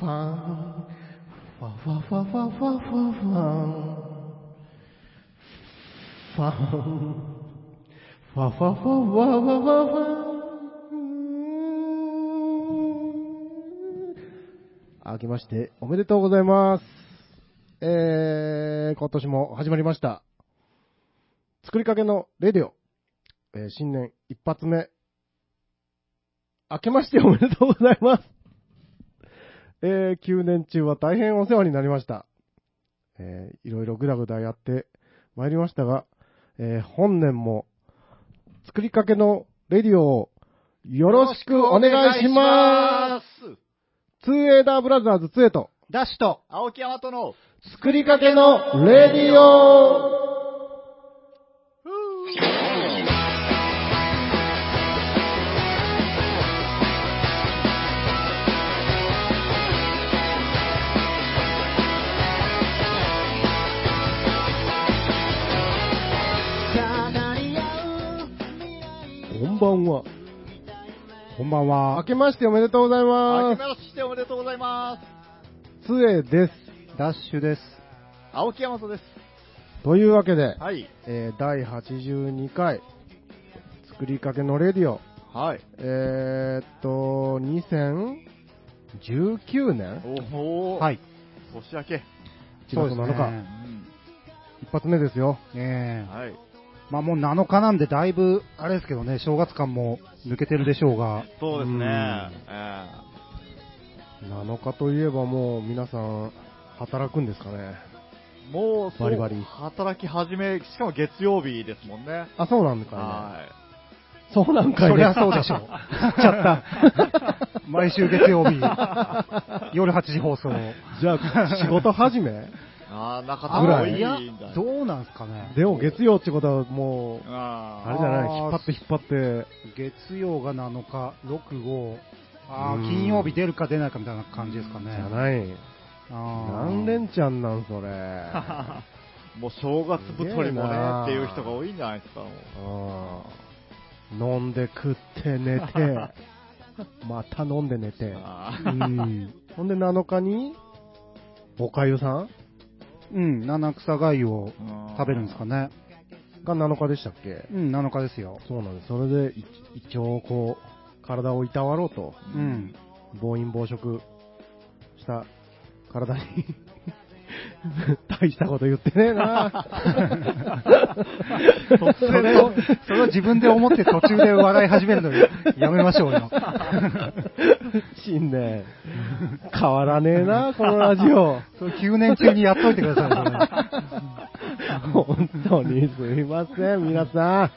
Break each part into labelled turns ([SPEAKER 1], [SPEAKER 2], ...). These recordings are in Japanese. [SPEAKER 1] ファン。ファンファンファンファンファンファンファン。ファン。ファンファンファンファンファンファンファン。明けましておめでとうございます。えー、今年も始まりました。作りかけのレディオ。えー新年一発目。明けまして おめでとうございます。えー、9年中は大変お世話になりました。えー、いろいろぐだぐだやってまいりましたが、えー、本年も作りかけのレディオをよろしくお願いしますツーエーダーブラザーズ2エと
[SPEAKER 2] ダッシュと青木山との
[SPEAKER 1] 作りかけのレディオ
[SPEAKER 2] こんばんは。
[SPEAKER 3] こんばんは。
[SPEAKER 1] 明けましておめでとうござい
[SPEAKER 2] あ
[SPEAKER 1] ま
[SPEAKER 2] けましておめでとうございま
[SPEAKER 1] す。
[SPEAKER 2] す。
[SPEAKER 1] ツエです。
[SPEAKER 3] ダッシュです。
[SPEAKER 2] 青木山とです。
[SPEAKER 1] というわけで、
[SPEAKER 2] はい。
[SPEAKER 1] えー第82回作りかけのレディオ
[SPEAKER 2] はい。
[SPEAKER 1] えー、っと2019年
[SPEAKER 2] おお、
[SPEAKER 3] はい。
[SPEAKER 2] 年明け。
[SPEAKER 1] 1月7日、
[SPEAKER 3] ね
[SPEAKER 1] 一発目ですよ
[SPEAKER 3] え
[SPEAKER 2] はい。
[SPEAKER 3] まあもう7日なんでだいぶ、あれですけどね、正月感も抜けてるでしょ うが、
[SPEAKER 2] そうです
[SPEAKER 1] うん
[SPEAKER 2] ね。え
[SPEAKER 1] 7日といえばもう皆さん働くんですかね
[SPEAKER 2] えもうそう
[SPEAKER 1] バリバリ
[SPEAKER 2] 働き始め、しかも月曜日ですもんね。
[SPEAKER 1] あそうなんか
[SPEAKER 2] は
[SPEAKER 1] ねそうなんかい
[SPEAKER 3] そ
[SPEAKER 1] ね
[SPEAKER 3] りゃそうで しょう。ちゃった。 毎週月曜日、夜8時放送。
[SPEAKER 1] じゃあ仕事始 め
[SPEAKER 2] い。ああ、中田
[SPEAKER 1] ぐ
[SPEAKER 2] も
[SPEAKER 1] ら
[SPEAKER 2] い
[SPEAKER 1] い
[SPEAKER 2] いん
[SPEAKER 3] いや
[SPEAKER 2] だ、ね。
[SPEAKER 3] どうなんすかね。
[SPEAKER 1] でも月曜ってことはもうあれ
[SPEAKER 2] あ
[SPEAKER 1] じゃない
[SPEAKER 3] あー
[SPEAKER 1] 引っ張って引っ張って
[SPEAKER 3] 月曜が7日、6、5、あ
[SPEAKER 1] う
[SPEAKER 3] ー
[SPEAKER 1] ん
[SPEAKER 3] 金曜日出るか出ないかみたいな感じですかね。
[SPEAKER 1] じゃない
[SPEAKER 3] あー
[SPEAKER 1] 何連チャンなん それあ
[SPEAKER 2] あ。もう正月太りも
[SPEAKER 1] すげえ
[SPEAKER 2] ね
[SPEAKER 1] な
[SPEAKER 2] っていう人が多いんじゃないですか、もう。
[SPEAKER 1] ー飲んで食って寝 てまた飲んで寝て
[SPEAKER 2] あ
[SPEAKER 3] う
[SPEAKER 2] ー
[SPEAKER 3] ん。
[SPEAKER 1] ほんで7日に、おかゆさん
[SPEAKER 3] うん、七草がゆを食べるんですかね。
[SPEAKER 1] が7日でしたっけ
[SPEAKER 3] うん、7日ですよ。
[SPEAKER 1] そうなんです。それでい一応こう、体をいたわろうと、
[SPEAKER 3] う。ん。
[SPEAKER 1] 暴飲暴食した体に、 大したこと言ってねえ な
[SPEAKER 3] それを、それを自分で思って途中で笑い始めるのに、やめましょうよ。
[SPEAKER 1] 新年、変わらねえな、このラジオ。
[SPEAKER 3] それ9年中にやっといてください よ。
[SPEAKER 1] 本当にすいません、皆さん。あ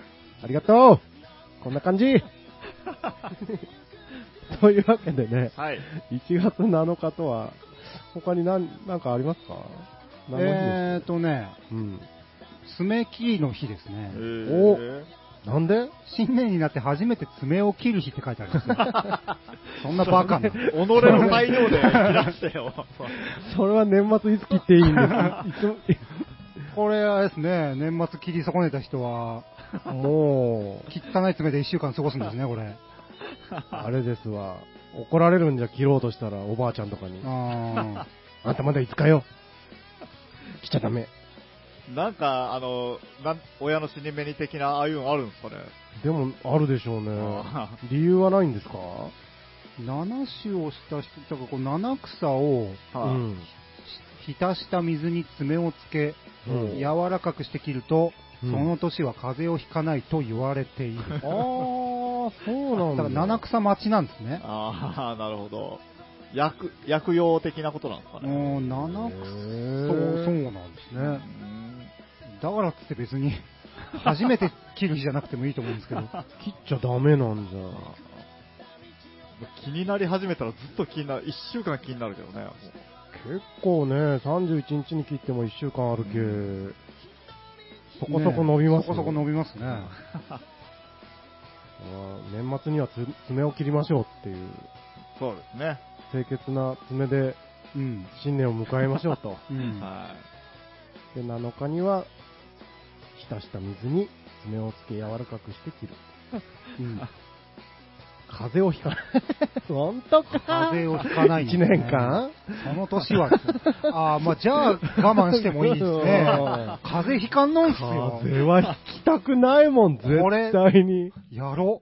[SPEAKER 1] りがとうこんな感 じというわけでね、
[SPEAKER 2] はい。
[SPEAKER 1] 1月7日とは、他に何、なんかありますか何の日です
[SPEAKER 3] えーとね、
[SPEAKER 1] うん。
[SPEAKER 3] 爪切りの日ですね。
[SPEAKER 1] おなんで
[SPEAKER 3] 新年になって初めて爪を切る日って書いてあり ますよ。そんなバカな。
[SPEAKER 2] 己の裁量で切らしてよ。
[SPEAKER 1] それは年末いつ切っていいんですい
[SPEAKER 3] これはですね、年末切り損ねた人は、
[SPEAKER 1] つもう、
[SPEAKER 3] 汚い爪で1週間過ごすんですね、これ。
[SPEAKER 1] あれですわ。怒られるんじゃ切ろうとしたら、おばあちゃんとかに。
[SPEAKER 3] あ
[SPEAKER 1] あんたまだ5日よ。来ちゃダメ。
[SPEAKER 2] なんか、あの、なん親の死に目に的な、ああいうのあるんですかね。
[SPEAKER 1] でも、あるでしょうね。
[SPEAKER 2] あ
[SPEAKER 1] 理由はないんですか
[SPEAKER 3] ー7種をした人、だからこう七草
[SPEAKER 2] ー
[SPEAKER 3] を
[SPEAKER 1] う
[SPEAKER 2] はい
[SPEAKER 1] ん。
[SPEAKER 3] 浸した水に爪をつけ、
[SPEAKER 1] うん
[SPEAKER 3] 柔らかくして切ると、
[SPEAKER 1] うん
[SPEAKER 3] その年は風邪をひかないと言われている。
[SPEAKER 1] ああ、そうな
[SPEAKER 3] だ
[SPEAKER 1] んだ。
[SPEAKER 3] から七草待ちなんですね。
[SPEAKER 2] あー、なるほど。薬、薬用的なことなんですかね。
[SPEAKER 3] もう七
[SPEAKER 1] へ
[SPEAKER 3] 草、
[SPEAKER 1] ー
[SPEAKER 3] そうそうなんです
[SPEAKER 2] う
[SPEAKER 3] ね。
[SPEAKER 2] ん
[SPEAKER 3] だからっつって別に、初めて切る日じゃなくてもいいと思うんです けど。
[SPEAKER 1] 切っちゃダメなんじゃ。
[SPEAKER 2] 気になり始めたらずっと気になる。一週間気になるけどね。も
[SPEAKER 1] 結構ね、31日に切っても1週間あるけ、
[SPEAKER 2] う
[SPEAKER 1] そこそこ伸びます、
[SPEAKER 3] そこそこ伸びますね。
[SPEAKER 1] あー年末にはつ爪を切りましょうっていう、
[SPEAKER 2] うそうですね。
[SPEAKER 1] 清潔な爪で
[SPEAKER 3] うん。
[SPEAKER 1] 新年を迎えましょうと。
[SPEAKER 3] うん。
[SPEAKER 2] は
[SPEAKER 1] で、7日には、浸した水に爪をつけ柔らかくして切る。
[SPEAKER 3] うん
[SPEAKER 1] 風邪をひかない。 本当か。
[SPEAKER 3] 風邪をひかないんです
[SPEAKER 1] 1
[SPEAKER 3] ね
[SPEAKER 1] 年間
[SPEAKER 3] その年は、ああ、まあじゃあ我慢してもいいです ね
[SPEAKER 1] うん。
[SPEAKER 3] 風邪ひかんのんすよ。
[SPEAKER 1] 風邪はひきたくないもん、絶
[SPEAKER 3] 俺
[SPEAKER 1] 対に。
[SPEAKER 3] やろ。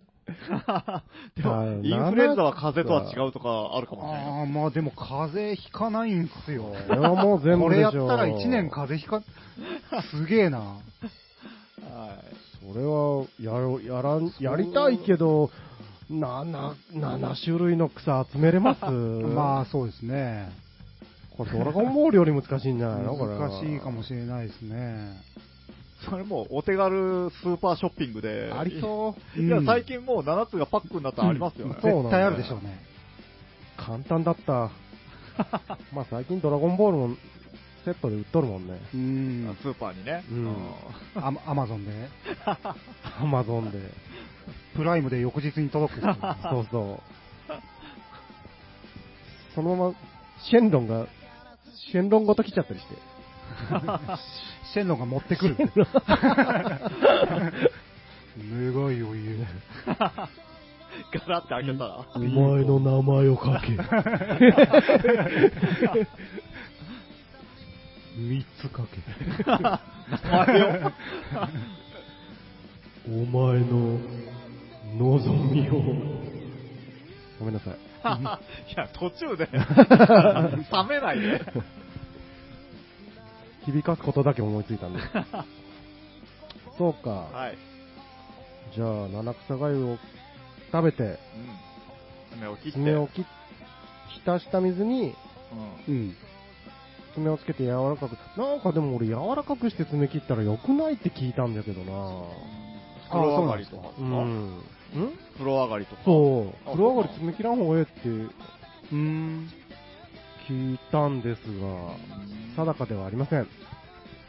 [SPEAKER 2] でも、インフルエンザは風邪とは違うとかあるかもしれない
[SPEAKER 3] ああ、まあでも風邪ひかないんすよ。
[SPEAKER 1] それはもう全部
[SPEAKER 3] これ
[SPEAKER 1] でし
[SPEAKER 3] や
[SPEAKER 1] ょ
[SPEAKER 3] ったら1年風邪ひか、すげえな。
[SPEAKER 2] な。はい
[SPEAKER 1] それはやろやらんやりたいけど7種類の草集めれ ます
[SPEAKER 3] ま
[SPEAKER 1] ま
[SPEAKER 3] あそうですね。
[SPEAKER 1] あこれドラゴンボールより難しいんじゃないのこれ
[SPEAKER 3] 難しいかも
[SPEAKER 1] し
[SPEAKER 3] しれないですね。
[SPEAKER 2] それもお手軽スーパーショッピングで。
[SPEAKER 1] ありそう
[SPEAKER 2] いや
[SPEAKER 3] うん、
[SPEAKER 2] 最近もう7つがパックになったらありますよね。
[SPEAKER 1] そうなんだ
[SPEAKER 3] 絶対あるでしょうね。
[SPEAKER 1] う簡単だった まあ最近ドラゴンボールもセットで売っとるもんね
[SPEAKER 3] うん。
[SPEAKER 2] スーパーにね。
[SPEAKER 1] うん
[SPEAKER 3] アマアマゾンで。
[SPEAKER 1] アマゾンで
[SPEAKER 3] プライムで翌日 に届くんですよ
[SPEAKER 1] そうそうそのままシェンロンがシェンロンごと来ちゃったりして
[SPEAKER 3] シェンロンが持ってくる。すごい余裕。
[SPEAKER 2] ガラって開けたら。
[SPEAKER 1] お前の名前を書け
[SPEAKER 3] 三つかけ。
[SPEAKER 2] 名前を。
[SPEAKER 1] お前の望みを。ごめんなさい。
[SPEAKER 2] いや、途 中で。冷めないで。
[SPEAKER 1] 響かすことだけ思いついたんで。そうか。
[SPEAKER 2] はい。
[SPEAKER 1] じゃあ、七草がゆを食べて、
[SPEAKER 2] うん。爪を切って。
[SPEAKER 1] 爪を切っ浸した水に
[SPEAKER 2] うん
[SPEAKER 3] うん。
[SPEAKER 1] 爪をつけて柔らかく。なんかでも俺柔らかくして爪切ったら良くないって聞いたんだけどな
[SPEAKER 2] 風呂上がりとかで
[SPEAKER 1] う
[SPEAKER 2] すか。
[SPEAKER 1] ん。ん
[SPEAKER 2] 風呂上がりとか。
[SPEAKER 1] そう。
[SPEAKER 2] あ
[SPEAKER 1] 風呂上がり爪切らん方がええって
[SPEAKER 3] うん。
[SPEAKER 1] 聞いたんですが、定かではありません。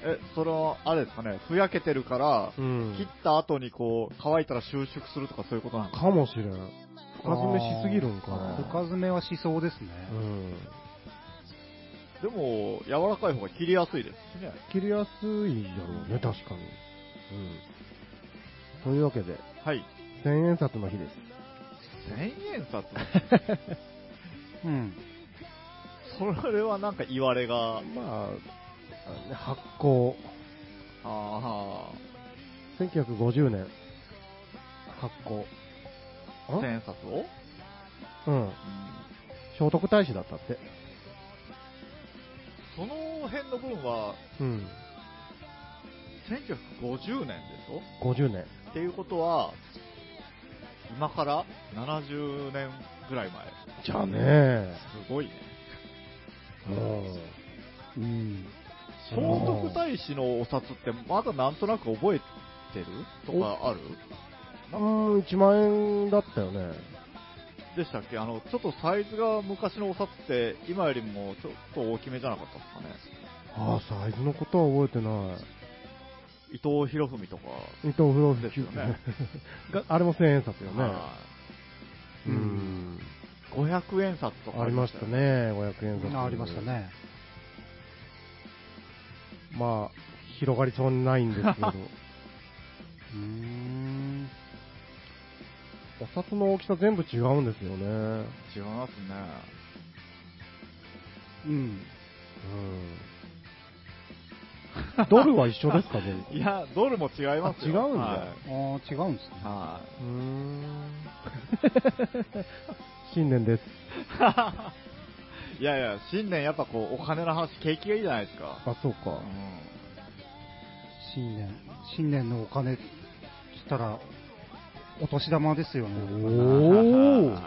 [SPEAKER 2] え、その、あれですかね、ふやけてるから、
[SPEAKER 1] うん
[SPEAKER 2] 切った後にこう、乾いたら収縮するとかそういうことなんですか
[SPEAKER 1] かもしれん。深爪しすぎるんか
[SPEAKER 3] あー
[SPEAKER 1] な。
[SPEAKER 3] 深爪はしそうですね。
[SPEAKER 1] うん。
[SPEAKER 2] でも、柔らかい方が切りやすいですしね。
[SPEAKER 1] 切りやすいだろうね、確かに。うん。というわけで、
[SPEAKER 2] はい。
[SPEAKER 1] 千円札の日です。
[SPEAKER 2] 千円 札
[SPEAKER 3] うん。
[SPEAKER 2] それはなんか言われが、
[SPEAKER 1] まあ、あの発行、
[SPEAKER 2] あ
[SPEAKER 1] 1950年、発行。
[SPEAKER 2] あ、千
[SPEAKER 1] ん
[SPEAKER 2] 円札を、
[SPEAKER 1] うん。聖徳太子だったって。
[SPEAKER 2] その辺の分は、
[SPEAKER 1] うん。
[SPEAKER 2] 1950年でしょ
[SPEAKER 1] 50年。
[SPEAKER 2] っていうことは、今から70年ぐらい前。
[SPEAKER 1] じゃあね
[SPEAKER 2] すごいね。
[SPEAKER 1] もう。
[SPEAKER 3] うん。
[SPEAKER 2] 聖徳太子のお札ってまだなんとなく覚えてるとかある
[SPEAKER 1] うん、1万円だったよね。
[SPEAKER 2] でしたっけあの、ちょっとサイズが昔のお札って今よりもちょっと大きめじゃなかったですかね。
[SPEAKER 1] ああ、サイズのことは覚えてない。
[SPEAKER 2] 伊藤博文とか。
[SPEAKER 1] 伊藤不老不
[SPEAKER 2] ですよね
[SPEAKER 1] が あれも千円札よね。
[SPEAKER 2] は
[SPEAKER 1] う
[SPEAKER 3] い
[SPEAKER 1] ん。
[SPEAKER 2] い500円札とか
[SPEAKER 1] ありました
[SPEAKER 2] よ。
[SPEAKER 1] ね、500円札。
[SPEAKER 3] あありました。ね。
[SPEAKER 1] まあ、広がりそうにないんですけど、
[SPEAKER 3] うーん。
[SPEAKER 1] お札の大きさ全部違うんですよね。うん。
[SPEAKER 2] 違いますね。
[SPEAKER 3] うん。
[SPEAKER 1] ドルは一緒ですか、全部。
[SPEAKER 2] いや、ドルも違いま
[SPEAKER 1] あ
[SPEAKER 2] すよ。
[SPEAKER 1] 違うんだ
[SPEAKER 2] はい
[SPEAKER 3] ああ、違うんですね。
[SPEAKER 2] は
[SPEAKER 1] うーん。新年です。
[SPEAKER 2] い。い やいや、新年やっぱこう、お金の話、景気がいいじゃないですか。
[SPEAKER 1] あ、そう
[SPEAKER 2] う
[SPEAKER 1] か。
[SPEAKER 2] ん
[SPEAKER 3] 新年。新年のお金っつったら、お年玉ですよね。
[SPEAKER 1] おー
[SPEAKER 2] はい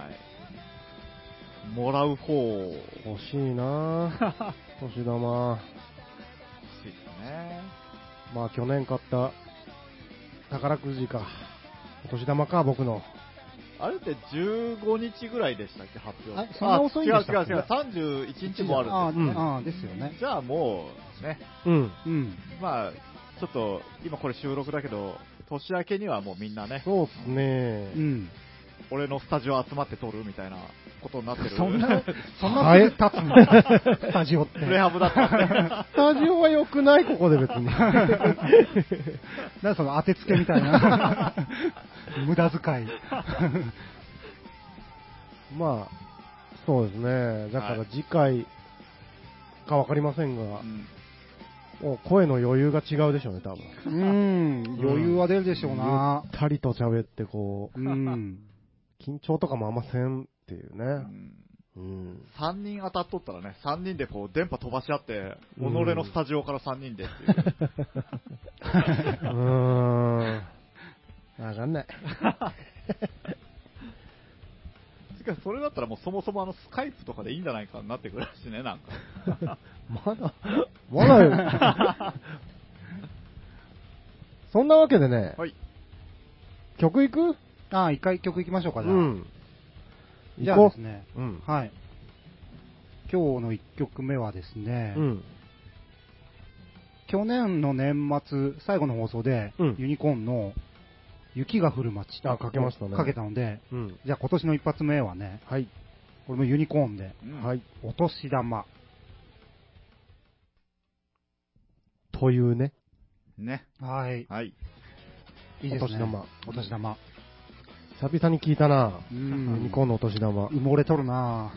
[SPEAKER 2] もらう方欲
[SPEAKER 1] 欲しいなぁお年玉。
[SPEAKER 2] しいですね。
[SPEAKER 1] まあ去年買った宝くじか。お年玉か、僕の。
[SPEAKER 2] あれって15日ぐらいでしたっけ、発表。
[SPEAKER 3] あそんな遅いんでしたっけ
[SPEAKER 2] あ違う違う違う、31日もあるんで
[SPEAKER 1] うん
[SPEAKER 3] ああ、ですよね
[SPEAKER 2] す。。じゃあもう、ね、
[SPEAKER 1] うん。
[SPEAKER 3] うん。
[SPEAKER 2] まあ、ちょっと、今これ収録だけど、年明けにはもうみんなね、
[SPEAKER 1] そうっすね
[SPEAKER 3] うん。
[SPEAKER 2] 俺のスタジオ集まって撮るみたいなことになってる。、
[SPEAKER 3] そんなそんなすぐ立つの スタジオって。
[SPEAKER 2] プレハブだったんで。
[SPEAKER 1] スタジオは良くない、ここで別 に。
[SPEAKER 3] なんかその当てつけみたいな。無駄遣い。
[SPEAKER 1] まあ、そうですね。だか
[SPEAKER 2] は
[SPEAKER 1] ら
[SPEAKER 2] い
[SPEAKER 1] 次回かわかりませんが
[SPEAKER 2] う、ん
[SPEAKER 1] もう声の余裕が違うでしょうね、多分。
[SPEAKER 3] うん、余裕は出るでしょうな。
[SPEAKER 1] ゆったりと喋って、こう、
[SPEAKER 3] うん。
[SPEAKER 1] 緊張とかもあんませんっていう
[SPEAKER 2] う
[SPEAKER 1] ね。
[SPEAKER 2] ん
[SPEAKER 1] うん。
[SPEAKER 2] 3人当たっとったらね、3人でこう電波飛ばし合って、己
[SPEAKER 1] うん
[SPEAKER 2] のスタジオから3人でっていう。
[SPEAKER 1] うーん。わかんない。
[SPEAKER 2] しかしそれだったらもうそもそもあのスカイプとかでいいんじゃないかになってくるしね、 なんか。
[SPEAKER 1] まだ、まだよ。そんなわけでね、
[SPEAKER 2] はい。
[SPEAKER 1] 曲いく
[SPEAKER 3] ああ、一回曲行きましょう
[SPEAKER 1] う
[SPEAKER 3] か、じゃあ。
[SPEAKER 1] ん。
[SPEAKER 3] じゃあ
[SPEAKER 1] 行
[SPEAKER 3] で
[SPEAKER 1] こ
[SPEAKER 3] すね、
[SPEAKER 1] う。うん。
[SPEAKER 3] はい。今日の一曲目はですね、
[SPEAKER 1] うん。
[SPEAKER 3] 去年の年末、最後の放送で、
[SPEAKER 1] うん
[SPEAKER 3] ユニコーンの雪が降る街
[SPEAKER 1] あかけましたね
[SPEAKER 3] かけたので、
[SPEAKER 1] うん。
[SPEAKER 3] じゃあ今年の一発目はね、
[SPEAKER 1] はい。
[SPEAKER 3] これもユニコーンで、
[SPEAKER 2] うん
[SPEAKER 1] はい。
[SPEAKER 3] お年玉。
[SPEAKER 1] というね。
[SPEAKER 2] ね。
[SPEAKER 3] はい。
[SPEAKER 2] はい。
[SPEAKER 3] いいですね。
[SPEAKER 1] お年玉。
[SPEAKER 3] お年玉。
[SPEAKER 1] 久々に聞いたな。
[SPEAKER 3] う
[SPEAKER 1] ユ
[SPEAKER 3] ん
[SPEAKER 1] ニコーンのお年玉。
[SPEAKER 3] 埋もれとるな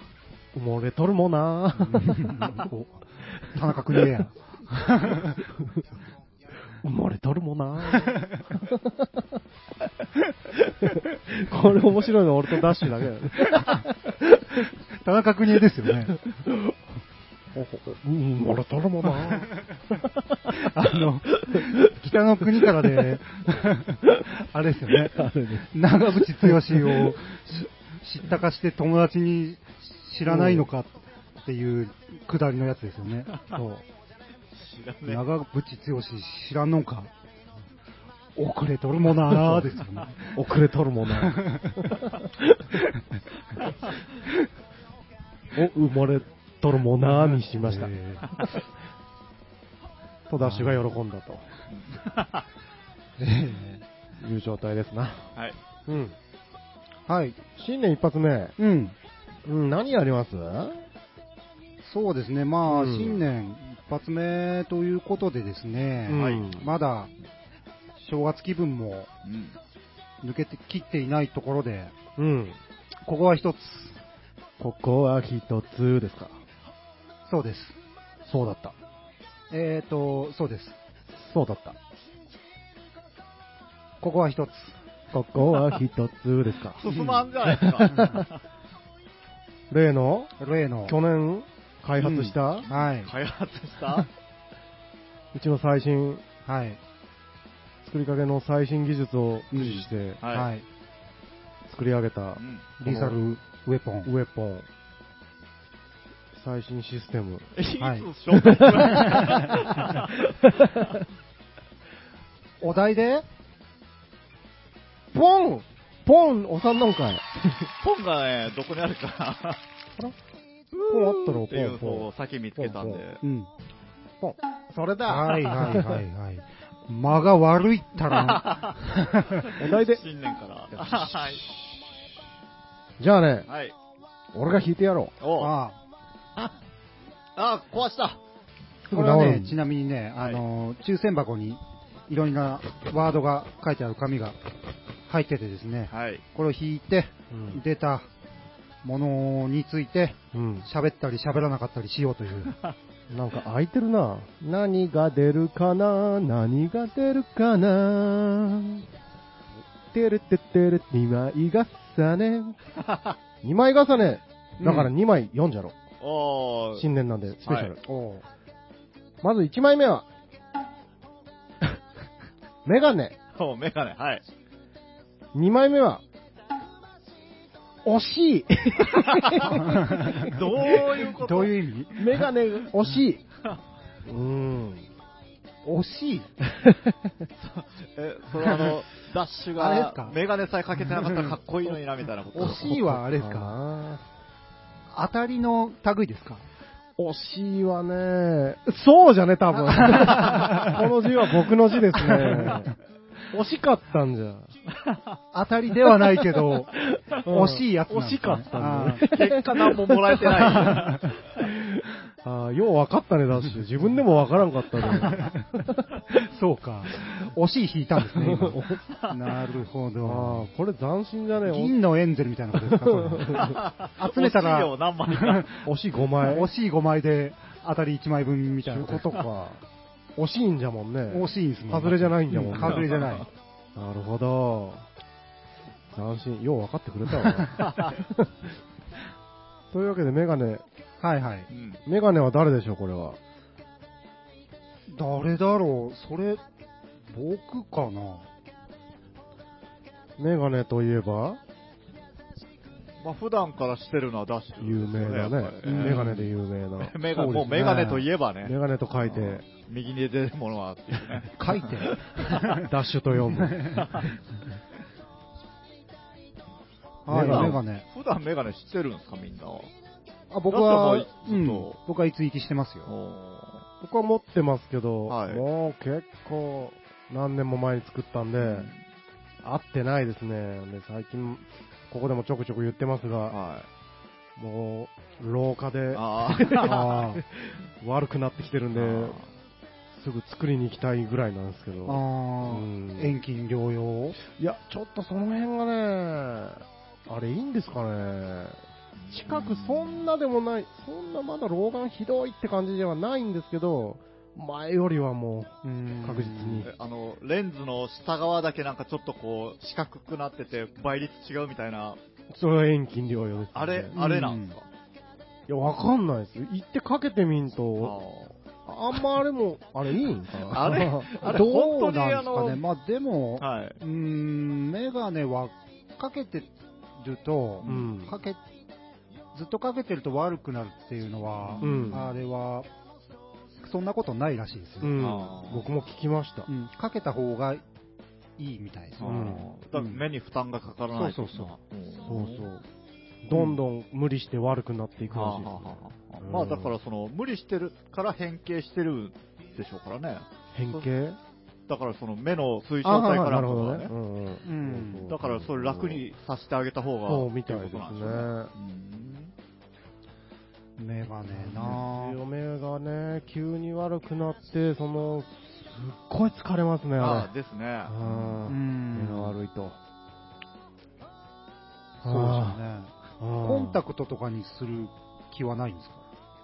[SPEAKER 1] 埋もれとるもんな。
[SPEAKER 3] ぁこう田中邦衛やん。
[SPEAKER 1] 埋もれとるもんな。これ面白いの俺とダッシュだけだよね。
[SPEAKER 3] 田中邦衛ですよね。
[SPEAKER 1] うん、埋もれとるもんな。
[SPEAKER 3] あの、北の国からで、 あれですよね。長渕剛をし知ったかして友達に知らないのかっていうくだりのやつですよね。
[SPEAKER 1] そう。
[SPEAKER 2] 知らね
[SPEAKER 3] 長渕剛知らんのか。遅れとるもなーです よね。
[SPEAKER 1] 遅れとるもんな。 お、埋もれとるもんなにしました。
[SPEAKER 3] えー
[SPEAKER 1] とダッシュが喜んだ と
[SPEAKER 3] え
[SPEAKER 1] いう状態ですな。
[SPEAKER 2] えはい。
[SPEAKER 1] うん。
[SPEAKER 3] ーはい。
[SPEAKER 1] 新年一発目。
[SPEAKER 3] うん。
[SPEAKER 1] うん、何やります
[SPEAKER 3] そうですね。まあ、
[SPEAKER 1] うん
[SPEAKER 3] 新年一発目ということでですね。
[SPEAKER 1] うん
[SPEAKER 3] はいまだ、正月気分も
[SPEAKER 2] うん。。
[SPEAKER 3] 抜けてきっていないところで、
[SPEAKER 1] うん。
[SPEAKER 3] ここは一つ。
[SPEAKER 1] ここは一つですか。
[SPEAKER 3] そうです。
[SPEAKER 1] そうだった。
[SPEAKER 3] えっ、ー、と、そうです。
[SPEAKER 1] そうだった。
[SPEAKER 3] ここは一つ。
[SPEAKER 1] ここは一つですか
[SPEAKER 2] 進まんじゃないですか。
[SPEAKER 1] 例の、
[SPEAKER 3] 例の。
[SPEAKER 1] 去年開発した、う
[SPEAKER 3] はい。
[SPEAKER 2] 開発した
[SPEAKER 1] ちの最新、
[SPEAKER 3] はい。
[SPEAKER 1] 作りかけの最新技術を駆使して
[SPEAKER 2] はい
[SPEAKER 3] はい。
[SPEAKER 1] 作り上げた
[SPEAKER 2] うん。
[SPEAKER 3] リーサルウェポン。
[SPEAKER 1] ウェポン。最新システム。
[SPEAKER 2] い
[SPEAKER 3] はい
[SPEAKER 2] つ紹介する
[SPEAKER 3] お題で
[SPEAKER 1] ポンポン押さんのんかい。
[SPEAKER 2] ポンがね、どこにあるか
[SPEAKER 1] ポンあったろ、
[SPEAKER 2] っていう
[SPEAKER 1] ポン
[SPEAKER 2] の
[SPEAKER 1] ポ
[SPEAKER 2] を
[SPEAKER 1] ン。
[SPEAKER 2] 先見つけたんで。
[SPEAKER 3] うん。
[SPEAKER 1] ポン。それだ
[SPEAKER 3] はいはいはいはい。間が悪いったら、
[SPEAKER 1] お題で。
[SPEAKER 2] 新年から。はい。
[SPEAKER 1] じゃあね、
[SPEAKER 2] はい。
[SPEAKER 1] 俺が弾いてやろ
[SPEAKER 2] おあ
[SPEAKER 3] ああ
[SPEAKER 2] あ、壊した。
[SPEAKER 1] すぐ
[SPEAKER 3] これは
[SPEAKER 1] 直る
[SPEAKER 3] ね、ちなみにね、あの、抽選箱にいろんなワードが書いてある紙が入っててですね、
[SPEAKER 2] はい。
[SPEAKER 3] これを引いて、
[SPEAKER 1] う。うん。
[SPEAKER 3] 出たものについて、
[SPEAKER 1] うん。
[SPEAKER 3] 喋ったり喋らなかったりしようという。
[SPEAKER 1] なんか空いてるな。何が出るかな何が出るかなてるてってる、二枚重ね。二枚重ね。だから
[SPEAKER 3] うん
[SPEAKER 1] 二枚読んじゃろ。
[SPEAKER 2] おー。
[SPEAKER 1] 新年なんで、スペシャル。
[SPEAKER 2] は
[SPEAKER 3] おう
[SPEAKER 1] まず一枚目は、 メガネ。
[SPEAKER 2] おメガネ、はい。
[SPEAKER 1] 二枚目は、惜しい。
[SPEAKER 2] どういうこと
[SPEAKER 3] どういう意味
[SPEAKER 1] メガネ惜し い。うーん。
[SPEAKER 3] 惜しい
[SPEAKER 2] え、それはあの、ダッシュ
[SPEAKER 3] あれです
[SPEAKER 2] が
[SPEAKER 3] か、
[SPEAKER 2] メガネさえかけてなかったらかっこいいのにな、みたいなこと。
[SPEAKER 3] 惜しいはあれですか
[SPEAKER 1] な
[SPEAKER 3] 当たりの類ですか
[SPEAKER 1] 惜しいはね、そうじゃね、多 分。こ の字は僕の字ですね。惜しかったんじゃ。
[SPEAKER 3] 当たりではないけど、
[SPEAKER 1] うん
[SPEAKER 3] 惜しいやつなんです
[SPEAKER 1] 惜
[SPEAKER 3] ね
[SPEAKER 1] しかったんだよ。
[SPEAKER 2] 結果何ももらえて ない。
[SPEAKER 1] ああ、よう分かったね、だし。自分でも分からんかったね。
[SPEAKER 3] あーそうか。 惜しい引いたんですね、今 なるほ
[SPEAKER 1] あ
[SPEAKER 3] ど。
[SPEAKER 1] あ、これ斬新だね。
[SPEAKER 3] 銀のエンゼルみたいなことですか、それ集めた
[SPEAKER 2] 惜しいよ
[SPEAKER 3] ら、
[SPEAKER 2] 何枚か。
[SPEAKER 1] 惜しい5枚。
[SPEAKER 3] 惜しい5枚で当たり1枚分みたい
[SPEAKER 1] そうい
[SPEAKER 3] な
[SPEAKER 1] うことか。惜しいんじゃもんね。
[SPEAKER 3] 惜しいんですもん
[SPEAKER 1] 外れじゃないんだもんね
[SPEAKER 3] う外れじゃない。
[SPEAKER 1] なるほど。斬新。よう分かってくれた わ。というわけで、メガネ。
[SPEAKER 3] はいはい。
[SPEAKER 2] うん。
[SPEAKER 1] メガネは誰でしょう、これは。
[SPEAKER 3] 誰だろうそれ、僕かな
[SPEAKER 1] メガネといえば、
[SPEAKER 2] まあ、普段からしてるのはダッシュですよ、
[SPEAKER 1] 有名な
[SPEAKER 2] や
[SPEAKER 1] ね
[SPEAKER 2] っぱ。り
[SPEAKER 1] メガネで有名な。
[SPEAKER 2] えー メガ
[SPEAKER 3] そうですね
[SPEAKER 2] もうメガネといえば
[SPEAKER 1] メ
[SPEAKER 2] ね、
[SPEAKER 1] ガネと書いて、
[SPEAKER 2] 右に出るものはっていうね。
[SPEAKER 3] 書いて。
[SPEAKER 1] ダッシュと読む。
[SPEAKER 3] はい、
[SPEAKER 1] メガネ
[SPEAKER 3] メガネ。
[SPEAKER 2] 普段メガネ知ってるんですか、みんなは。
[SPEAKER 3] あ、僕
[SPEAKER 2] だ
[SPEAKER 3] は
[SPEAKER 2] って、
[SPEAKER 3] う
[SPEAKER 2] もうんずっと、
[SPEAKER 3] 僕はいつ行きしてます よ。
[SPEAKER 2] お
[SPEAKER 1] 僕は持ってますけど、
[SPEAKER 2] はい
[SPEAKER 1] もう結構何年も前に作ったんで、
[SPEAKER 2] ー
[SPEAKER 1] 合ってないですね。で、最近、ここでもちょくちょく言ってますが、
[SPEAKER 2] はい。
[SPEAKER 1] もう、廊下で、
[SPEAKER 2] あー
[SPEAKER 1] あー悪くなってきてるんで、
[SPEAKER 2] あ
[SPEAKER 1] すぐ作りに行きたいぐらいなんですけ
[SPEAKER 3] あ
[SPEAKER 1] ど。うん
[SPEAKER 3] ー、遠近療養
[SPEAKER 1] いや、ちょっとその辺がね、あれいいんですかね。
[SPEAKER 2] ー
[SPEAKER 1] 近くそんなでもない、そんなまだ老眼ひどいって感じではないんですけど、前よりはも確実に
[SPEAKER 2] えあの、レンズの下側だけなんかちょっとこう、四角くなってて、倍率違うみたいな、
[SPEAKER 1] う、それは遠近療養です、ね。
[SPEAKER 2] あれ、
[SPEAKER 1] い
[SPEAKER 2] あれなんですか
[SPEAKER 1] や、わかんないです。行ってかけてみんと、
[SPEAKER 2] あ
[SPEAKER 1] あんまあれも、あれいいんかな
[SPEAKER 2] あれあれ
[SPEAKER 3] どう
[SPEAKER 2] 本当に
[SPEAKER 3] な
[SPEAKER 2] あ
[SPEAKER 3] んですかね。
[SPEAKER 2] の、
[SPEAKER 3] まあでも、
[SPEAKER 2] はい。
[SPEAKER 3] うーん、メガネはかけてると
[SPEAKER 1] う、ん。
[SPEAKER 3] かけ、ずっとかけてると悪くなるっていうのは、
[SPEAKER 1] うん
[SPEAKER 3] あれは、そんなことないらしいです
[SPEAKER 1] う
[SPEAKER 3] ね。
[SPEAKER 1] ん
[SPEAKER 2] あー
[SPEAKER 1] 僕も聞きました
[SPEAKER 3] う。ん、かけた方がいいみたいです
[SPEAKER 2] あ
[SPEAKER 3] ね。
[SPEAKER 1] ん
[SPEAKER 2] ーだから目に負担がかからないといか。
[SPEAKER 3] そうそう
[SPEAKER 1] そう
[SPEAKER 2] うん
[SPEAKER 1] そう。どんどん無理して悪くなっていくらしいで
[SPEAKER 2] はあはあはあ
[SPEAKER 1] うん
[SPEAKER 2] まあだからその無理してるから変形してるでしょうからね。
[SPEAKER 1] す。変形
[SPEAKER 2] だからその目の水晶
[SPEAKER 1] あ
[SPEAKER 2] 体
[SPEAKER 1] ーな
[SPEAKER 2] から
[SPEAKER 1] るほど
[SPEAKER 2] とか
[SPEAKER 1] ね。
[SPEAKER 2] ね。
[SPEAKER 1] んうん
[SPEAKER 3] うん
[SPEAKER 1] そうそう
[SPEAKER 2] だからそれ楽にさせてあげた方が
[SPEAKER 1] そうみたい
[SPEAKER 2] と
[SPEAKER 1] で
[SPEAKER 2] う
[SPEAKER 1] す
[SPEAKER 2] こ
[SPEAKER 1] ね
[SPEAKER 2] となんしょう
[SPEAKER 3] メガネなぁ。
[SPEAKER 1] 嫁がね、急に悪くなって、その、すっごい疲れますね、
[SPEAKER 2] うんあ
[SPEAKER 1] あ
[SPEAKER 2] あ
[SPEAKER 1] れ。
[SPEAKER 2] ですね。
[SPEAKER 1] あ
[SPEAKER 3] う
[SPEAKER 1] ー
[SPEAKER 3] ん
[SPEAKER 1] 目が悪いと。
[SPEAKER 3] そうですよね。コンタ
[SPEAKER 1] ク
[SPEAKER 3] クトとかにする気はないんですか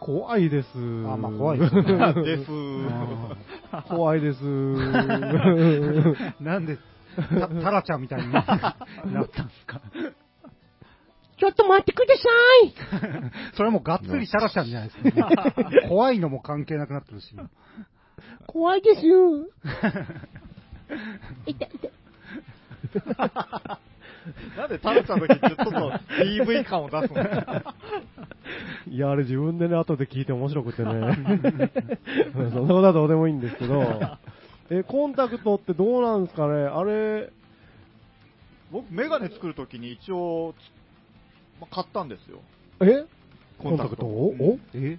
[SPEAKER 1] ト。怖いです。
[SPEAKER 3] あまあ怖いで すね
[SPEAKER 2] です。
[SPEAKER 1] 怖いです。
[SPEAKER 3] なんで、たタラちゃんみ たいになったんですか
[SPEAKER 1] ちょっと待ってください
[SPEAKER 3] それはもうがっつりタラちゃんじゃないです か、ね。怖いのも関係なくなってるし。
[SPEAKER 1] 怖いですよ。
[SPEAKER 2] なんでタラちゃんだけちょっと DV 感を出すの
[SPEAKER 1] いや、あれ自分でね、後で聞いて面白くてね。 そんなことはどうでもいいんですけど。え、コンタクトってどうなんですかねあれ、
[SPEAKER 2] 僕メガネ作るときに一応、まあ買ったんですよ。
[SPEAKER 1] え
[SPEAKER 2] コンタクト。
[SPEAKER 1] おお
[SPEAKER 3] え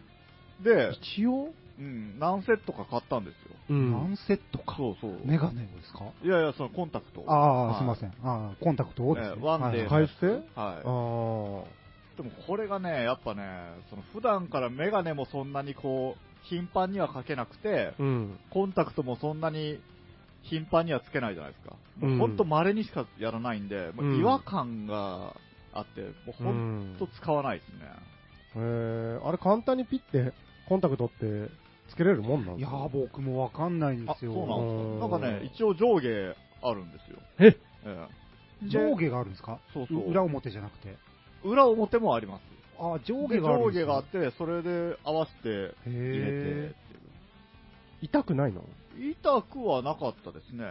[SPEAKER 2] で、
[SPEAKER 1] 一応
[SPEAKER 2] うん、何セットか買ったんですよ。
[SPEAKER 1] うん。
[SPEAKER 3] 何セットか。
[SPEAKER 2] そうそう。
[SPEAKER 3] メガネをですか
[SPEAKER 2] いやいや、そのコンタクト。
[SPEAKER 3] ああ、すい
[SPEAKER 2] み
[SPEAKER 3] ません。ああ、コンタクトをです、ね
[SPEAKER 2] ええワンデー
[SPEAKER 1] 返してあ
[SPEAKER 2] は
[SPEAKER 1] あ。
[SPEAKER 2] い。でもこれがね、やっぱね、その普段からメガネもそんなにこう、頻繁にはかけなくて、
[SPEAKER 1] うん。
[SPEAKER 2] コンタクトもそんなに頻繁にはつけないじゃないですか。
[SPEAKER 1] うん
[SPEAKER 2] ほんと稀にしかやらないんで、もう
[SPEAKER 1] うん
[SPEAKER 2] 違和感があって、もうほんと使わないですね。
[SPEAKER 1] えー、あれ簡単にピッて、コンタクトって、つけれるもんなん
[SPEAKER 3] い
[SPEAKER 1] で
[SPEAKER 3] や
[SPEAKER 1] すか
[SPEAKER 3] ー、僕もわかんないんで
[SPEAKER 2] あ、
[SPEAKER 3] す
[SPEAKER 2] そう
[SPEAKER 3] よ。
[SPEAKER 2] なんですか。
[SPEAKER 1] うん
[SPEAKER 2] なんかね、一応上下あるんですよ。
[SPEAKER 1] え
[SPEAKER 2] えで
[SPEAKER 3] 上下があるんですか
[SPEAKER 2] そうそう
[SPEAKER 3] 裏表じゃなくて。
[SPEAKER 2] 裏表もあります。
[SPEAKER 3] ああ、上
[SPEAKER 2] で
[SPEAKER 3] 下がある
[SPEAKER 2] 上
[SPEAKER 3] んで
[SPEAKER 2] 下
[SPEAKER 3] すか
[SPEAKER 2] があって、それで合わせて
[SPEAKER 3] へ
[SPEAKER 2] 入れて
[SPEAKER 3] え。
[SPEAKER 2] っていう。
[SPEAKER 1] 痛くないの
[SPEAKER 2] 痛くはなかったですね。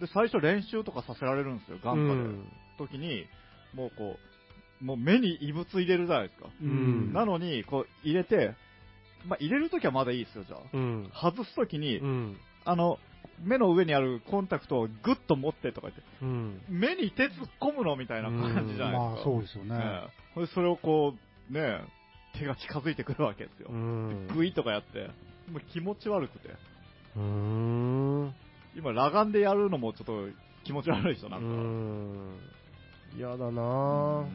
[SPEAKER 2] で、最初練習とかさせられるんですよ、眼科で。時に、もうこう、もう目に異物入れるじゃないですか。
[SPEAKER 1] うん
[SPEAKER 3] うん
[SPEAKER 2] なのに、こう入れて、まあ、入れるときはまだいいですよ、じゃ
[SPEAKER 1] うん。
[SPEAKER 2] あ。外すときに、
[SPEAKER 1] うん。
[SPEAKER 2] あの、目の上にあるコンタクトをグッと持ってとか言って、
[SPEAKER 1] うん。
[SPEAKER 2] 目に手突っ込むのみたいな感じじゃないで
[SPEAKER 3] まあ
[SPEAKER 2] すか。
[SPEAKER 3] そうですよね。
[SPEAKER 2] ねえでそれをこう、ねえ手が近づいてくるわけですよ
[SPEAKER 1] う。ん。
[SPEAKER 2] グイとかやって、もう気持ち悪くて。
[SPEAKER 1] うーん。う
[SPEAKER 2] 今、裸眼でやるのもちょっと気持ち悪いでしょ、
[SPEAKER 1] ー
[SPEAKER 2] なんか。
[SPEAKER 1] ん。嫌だな
[SPEAKER 2] う
[SPEAKER 1] ぁ。
[SPEAKER 2] ん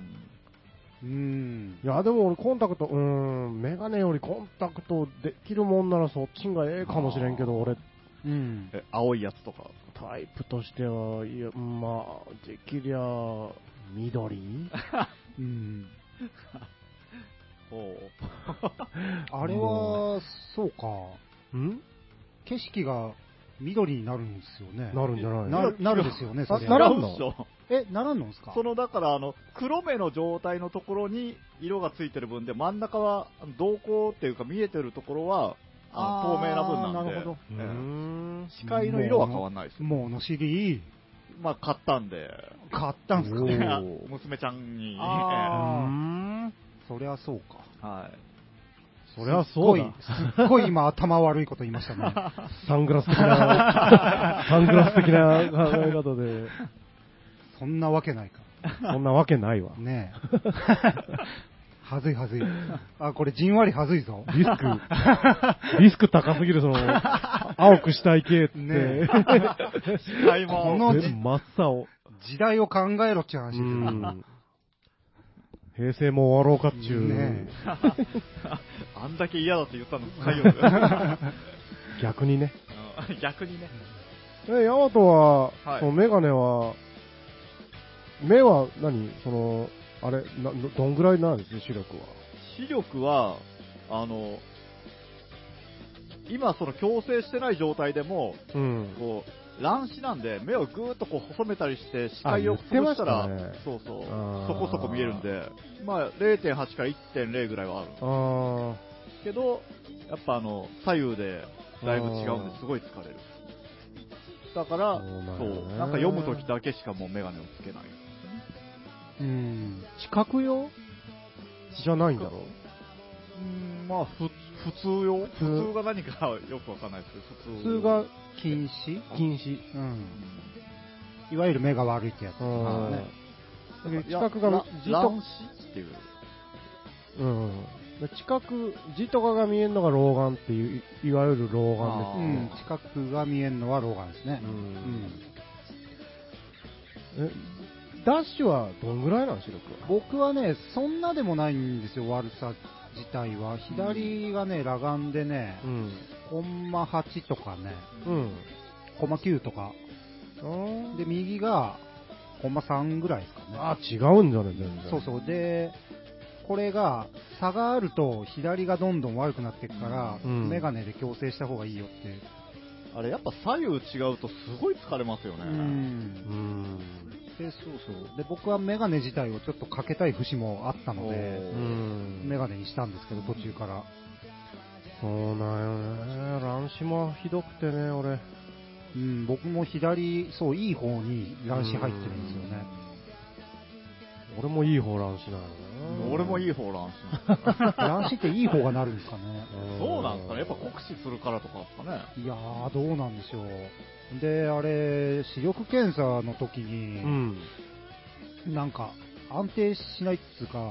[SPEAKER 3] うん
[SPEAKER 1] い。や、でも俺コンタクト、うーん、メガネよりコンタクトできるもんならそっちんがええかもしれんけど、俺、
[SPEAKER 3] ううん。
[SPEAKER 2] え青いやつとか。
[SPEAKER 1] タイプとしては、いや、まあ、できりゃ、緑
[SPEAKER 3] うん。
[SPEAKER 2] おう
[SPEAKER 3] あれは、そうか。
[SPEAKER 1] ん
[SPEAKER 3] 景色が緑になるんですよね。
[SPEAKER 1] なるんじゃない
[SPEAKER 3] なるなるですよね、そ
[SPEAKER 1] あ
[SPEAKER 3] れ。
[SPEAKER 1] ならん
[SPEAKER 2] 違うっ
[SPEAKER 1] の
[SPEAKER 2] しょ
[SPEAKER 3] え、ならんのですか
[SPEAKER 2] そのだからあの黒目の状態のところに色がついてる分で真ん中はあの瞳孔っていうか見えてるところはあの透明な分なんで
[SPEAKER 3] あーなるほど
[SPEAKER 1] う
[SPEAKER 2] ええ
[SPEAKER 1] ん。
[SPEAKER 2] 視界の色は変わんないですよ
[SPEAKER 3] もうのしり、
[SPEAKER 2] まあ買ったんで
[SPEAKER 3] 買ったんですか
[SPEAKER 1] お ー
[SPEAKER 2] 娘ちゃんに
[SPEAKER 3] うー
[SPEAKER 1] あ
[SPEAKER 3] ん。そりゃそうか。
[SPEAKER 2] ええ はい
[SPEAKER 1] そりゃそうだ。
[SPEAKER 3] すっごい、すっごい今頭悪いこと言いましたね。
[SPEAKER 1] サングラス的な、サングラス的な考え方で、
[SPEAKER 3] そんなわけないか。
[SPEAKER 1] そんなわけないわ。
[SPEAKER 3] ねえ。はずいはずい。あ、これじんわりはずいぞ。
[SPEAKER 1] リスク、リスク高すぎる、その、青くしたい系って。
[SPEAKER 3] ね
[SPEAKER 2] 視界も
[SPEAKER 3] この
[SPEAKER 1] 全部真っ青。
[SPEAKER 3] 時代を考えろっていう話
[SPEAKER 1] う
[SPEAKER 3] ですよ。
[SPEAKER 1] ん。平成も終わろうかっちゅう、
[SPEAKER 3] ね
[SPEAKER 2] あんだけ嫌だって言ったの使 いよう
[SPEAKER 1] 逆にね。
[SPEAKER 2] うん逆にね
[SPEAKER 1] え、ヤマトは、
[SPEAKER 2] はい
[SPEAKER 1] そのメガネは、目は何その、あれな、どんぐらいなんです視力は。
[SPEAKER 2] 視力はあの今その矯正してない状態でも
[SPEAKER 1] うん。
[SPEAKER 2] こう乱視なんで目をぐーっとこう細めたりして視界
[SPEAKER 1] あ言
[SPEAKER 2] を
[SPEAKER 1] って
[SPEAKER 2] 崩
[SPEAKER 1] まし
[SPEAKER 2] し
[SPEAKER 1] たた
[SPEAKER 2] ら
[SPEAKER 1] ね
[SPEAKER 2] そうそう
[SPEAKER 1] あー
[SPEAKER 2] そこそこ見えるんでまあ0.8から1.0ぐらいはあるんで
[SPEAKER 1] あー。
[SPEAKER 2] すけどやっぱあの左右でだいぶ違うん
[SPEAKER 1] あー
[SPEAKER 2] ですごい疲れるだから
[SPEAKER 1] そうなんや
[SPEAKER 2] そ
[SPEAKER 1] ね
[SPEAKER 2] うなんか読む時だけしかもう眼鏡をつけない
[SPEAKER 3] うん。
[SPEAKER 1] 視覚用じゃないんだろ
[SPEAKER 2] うんまあふ普通よ
[SPEAKER 1] 通
[SPEAKER 2] 普通が何かよくわかんないですけど
[SPEAKER 1] 普
[SPEAKER 2] 普通
[SPEAKER 1] 通が
[SPEAKER 3] 禁止
[SPEAKER 1] 禁止。
[SPEAKER 3] うん。
[SPEAKER 2] う
[SPEAKER 3] いわゆる目が悪いってやつです
[SPEAKER 1] うん
[SPEAKER 3] ね。
[SPEAKER 2] ん
[SPEAKER 1] 視覚が
[SPEAKER 2] いや
[SPEAKER 1] じ
[SPEAKER 2] ら
[SPEAKER 1] と
[SPEAKER 2] 乱視っていう
[SPEAKER 1] うん。視覚、字とかが見えるのが老眼っていう、いいわゆる老
[SPEAKER 2] あ
[SPEAKER 1] 眼
[SPEAKER 2] ー
[SPEAKER 3] うん。近くが見えるのは老眼ですね
[SPEAKER 1] です。。。
[SPEAKER 3] うんん。
[SPEAKER 1] え、ダッシュはどんぐらいなん視力は。
[SPEAKER 3] 僕はね、そんなでもないんですよ、悪さ自体は。左がね、裸眼でね、
[SPEAKER 1] うん。
[SPEAKER 3] コンマ8とかね、
[SPEAKER 1] うん。
[SPEAKER 3] コンマ9とか。で、右がコンマ3ぐらいですかね。
[SPEAKER 1] あー、違うんじゃね全然。
[SPEAKER 3] そうそう。で、これが、差があると左がどんどん悪くなっていくから、
[SPEAKER 1] うん
[SPEAKER 3] メガネで矯正した方がいいよって。
[SPEAKER 2] あれやっぱ左右違うとすごい疲れますよね、
[SPEAKER 1] うーん。
[SPEAKER 3] で、そうそう。で、僕はメガネ自体をちょっとかけたい節もあったの
[SPEAKER 1] う
[SPEAKER 3] で、
[SPEAKER 1] ん。
[SPEAKER 3] メガネにしたんですけど、途中から。
[SPEAKER 1] そうなんよね。乱視もひどくてね、俺。
[SPEAKER 3] うん、僕も左、そう、いい方に乱視入ってるんですよね。
[SPEAKER 1] 俺もいい方乱視なの
[SPEAKER 2] うん
[SPEAKER 1] ね。
[SPEAKER 2] 俺もいい
[SPEAKER 1] 方。
[SPEAKER 2] 方乱視
[SPEAKER 3] 乱視っていい方がなるんですかね。
[SPEAKER 2] そうなんですかねやっぱ酷使するからとかですかね
[SPEAKER 3] いやー、どうなんでしょう。で、あれ、視力検査の時
[SPEAKER 1] う
[SPEAKER 3] に、
[SPEAKER 1] ん。
[SPEAKER 3] なんか、安定しないっつうか、
[SPEAKER 1] う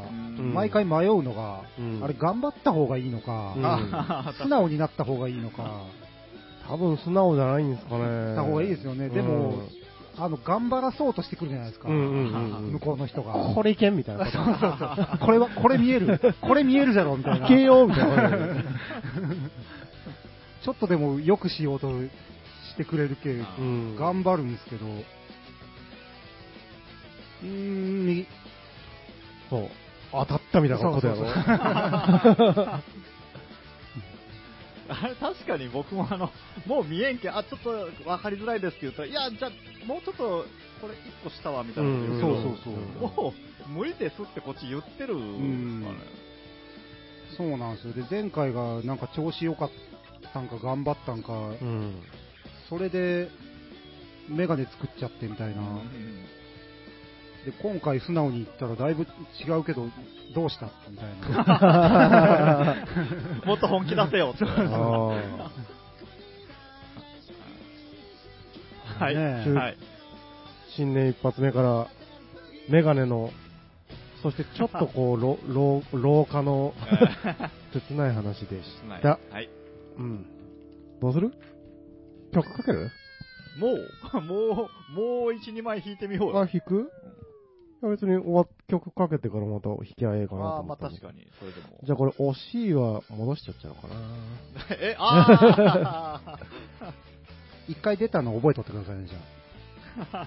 [SPEAKER 1] ん
[SPEAKER 3] 毎回迷うのが、
[SPEAKER 1] うん
[SPEAKER 3] あれ、頑張った方がいいのか、
[SPEAKER 1] うん
[SPEAKER 2] あ
[SPEAKER 3] 素直になった方がいいのか、
[SPEAKER 1] 多分素直じゃないんですかね。
[SPEAKER 3] した方がいいですよね。で
[SPEAKER 1] う
[SPEAKER 3] も、
[SPEAKER 1] ん
[SPEAKER 3] あの、頑張らそうとしてくるじゃないですか、
[SPEAKER 1] うんうんうんうん
[SPEAKER 3] 向こうの人が。
[SPEAKER 1] これいけんみたいなこ
[SPEAKER 3] そう
[SPEAKER 1] と。
[SPEAKER 3] そうそう。これは、これ見える。これ見えるじゃろ、みたいな。
[SPEAKER 1] いけよみたいなことで。
[SPEAKER 3] ちょっとでも良くしようとしてくれるけ、
[SPEAKER 1] うん
[SPEAKER 3] 頑張るんですけど、うーん、右
[SPEAKER 1] そう。当たったみたいなことやろ。
[SPEAKER 3] そうそう
[SPEAKER 2] あれ確かに僕もあのもう見えんけんあちょっと分かりづらいですって言ったらいやじゃあもうちょっとこれ1個下はみたいなこと言
[SPEAKER 1] ん
[SPEAKER 2] け
[SPEAKER 3] そ
[SPEAKER 2] ど
[SPEAKER 3] うそうそう
[SPEAKER 2] もう無理ですってこっち言ってるからね
[SPEAKER 3] んそうなんですよ。で、前回がなんか調子良かったんか、頑張ったんか、
[SPEAKER 1] うん。
[SPEAKER 3] それで、メガネ作っちゃってみたいな。
[SPEAKER 2] うん
[SPEAKER 3] で、今回素直に言ったらだいぶ違うけど、どうしたみたいな。
[SPEAKER 2] もっと本気出せよって
[SPEAKER 1] あ
[SPEAKER 2] はい、
[SPEAKER 3] ねえ
[SPEAKER 2] はい
[SPEAKER 1] ー新年一発目から、メガネの、そしてちょっとこう、ろ老老化の、切ない話でし
[SPEAKER 2] 室内
[SPEAKER 1] た。
[SPEAKER 2] はい
[SPEAKER 1] うん。どうする曲かける
[SPEAKER 2] もう、もう、もう1、2枚弾いてみようよ。
[SPEAKER 1] あ、弾くいや別に終わっ曲かけてからまた弾きゃええかなと
[SPEAKER 2] ああ、
[SPEAKER 1] 思
[SPEAKER 2] まあ
[SPEAKER 1] ったんで
[SPEAKER 2] 確かに、それでも。
[SPEAKER 1] じゃあこれ、惜しいは戻しちゃっちゃうかな。
[SPEAKER 2] え、あ
[SPEAKER 3] 一回出たの覚えとってくださいね、じゃ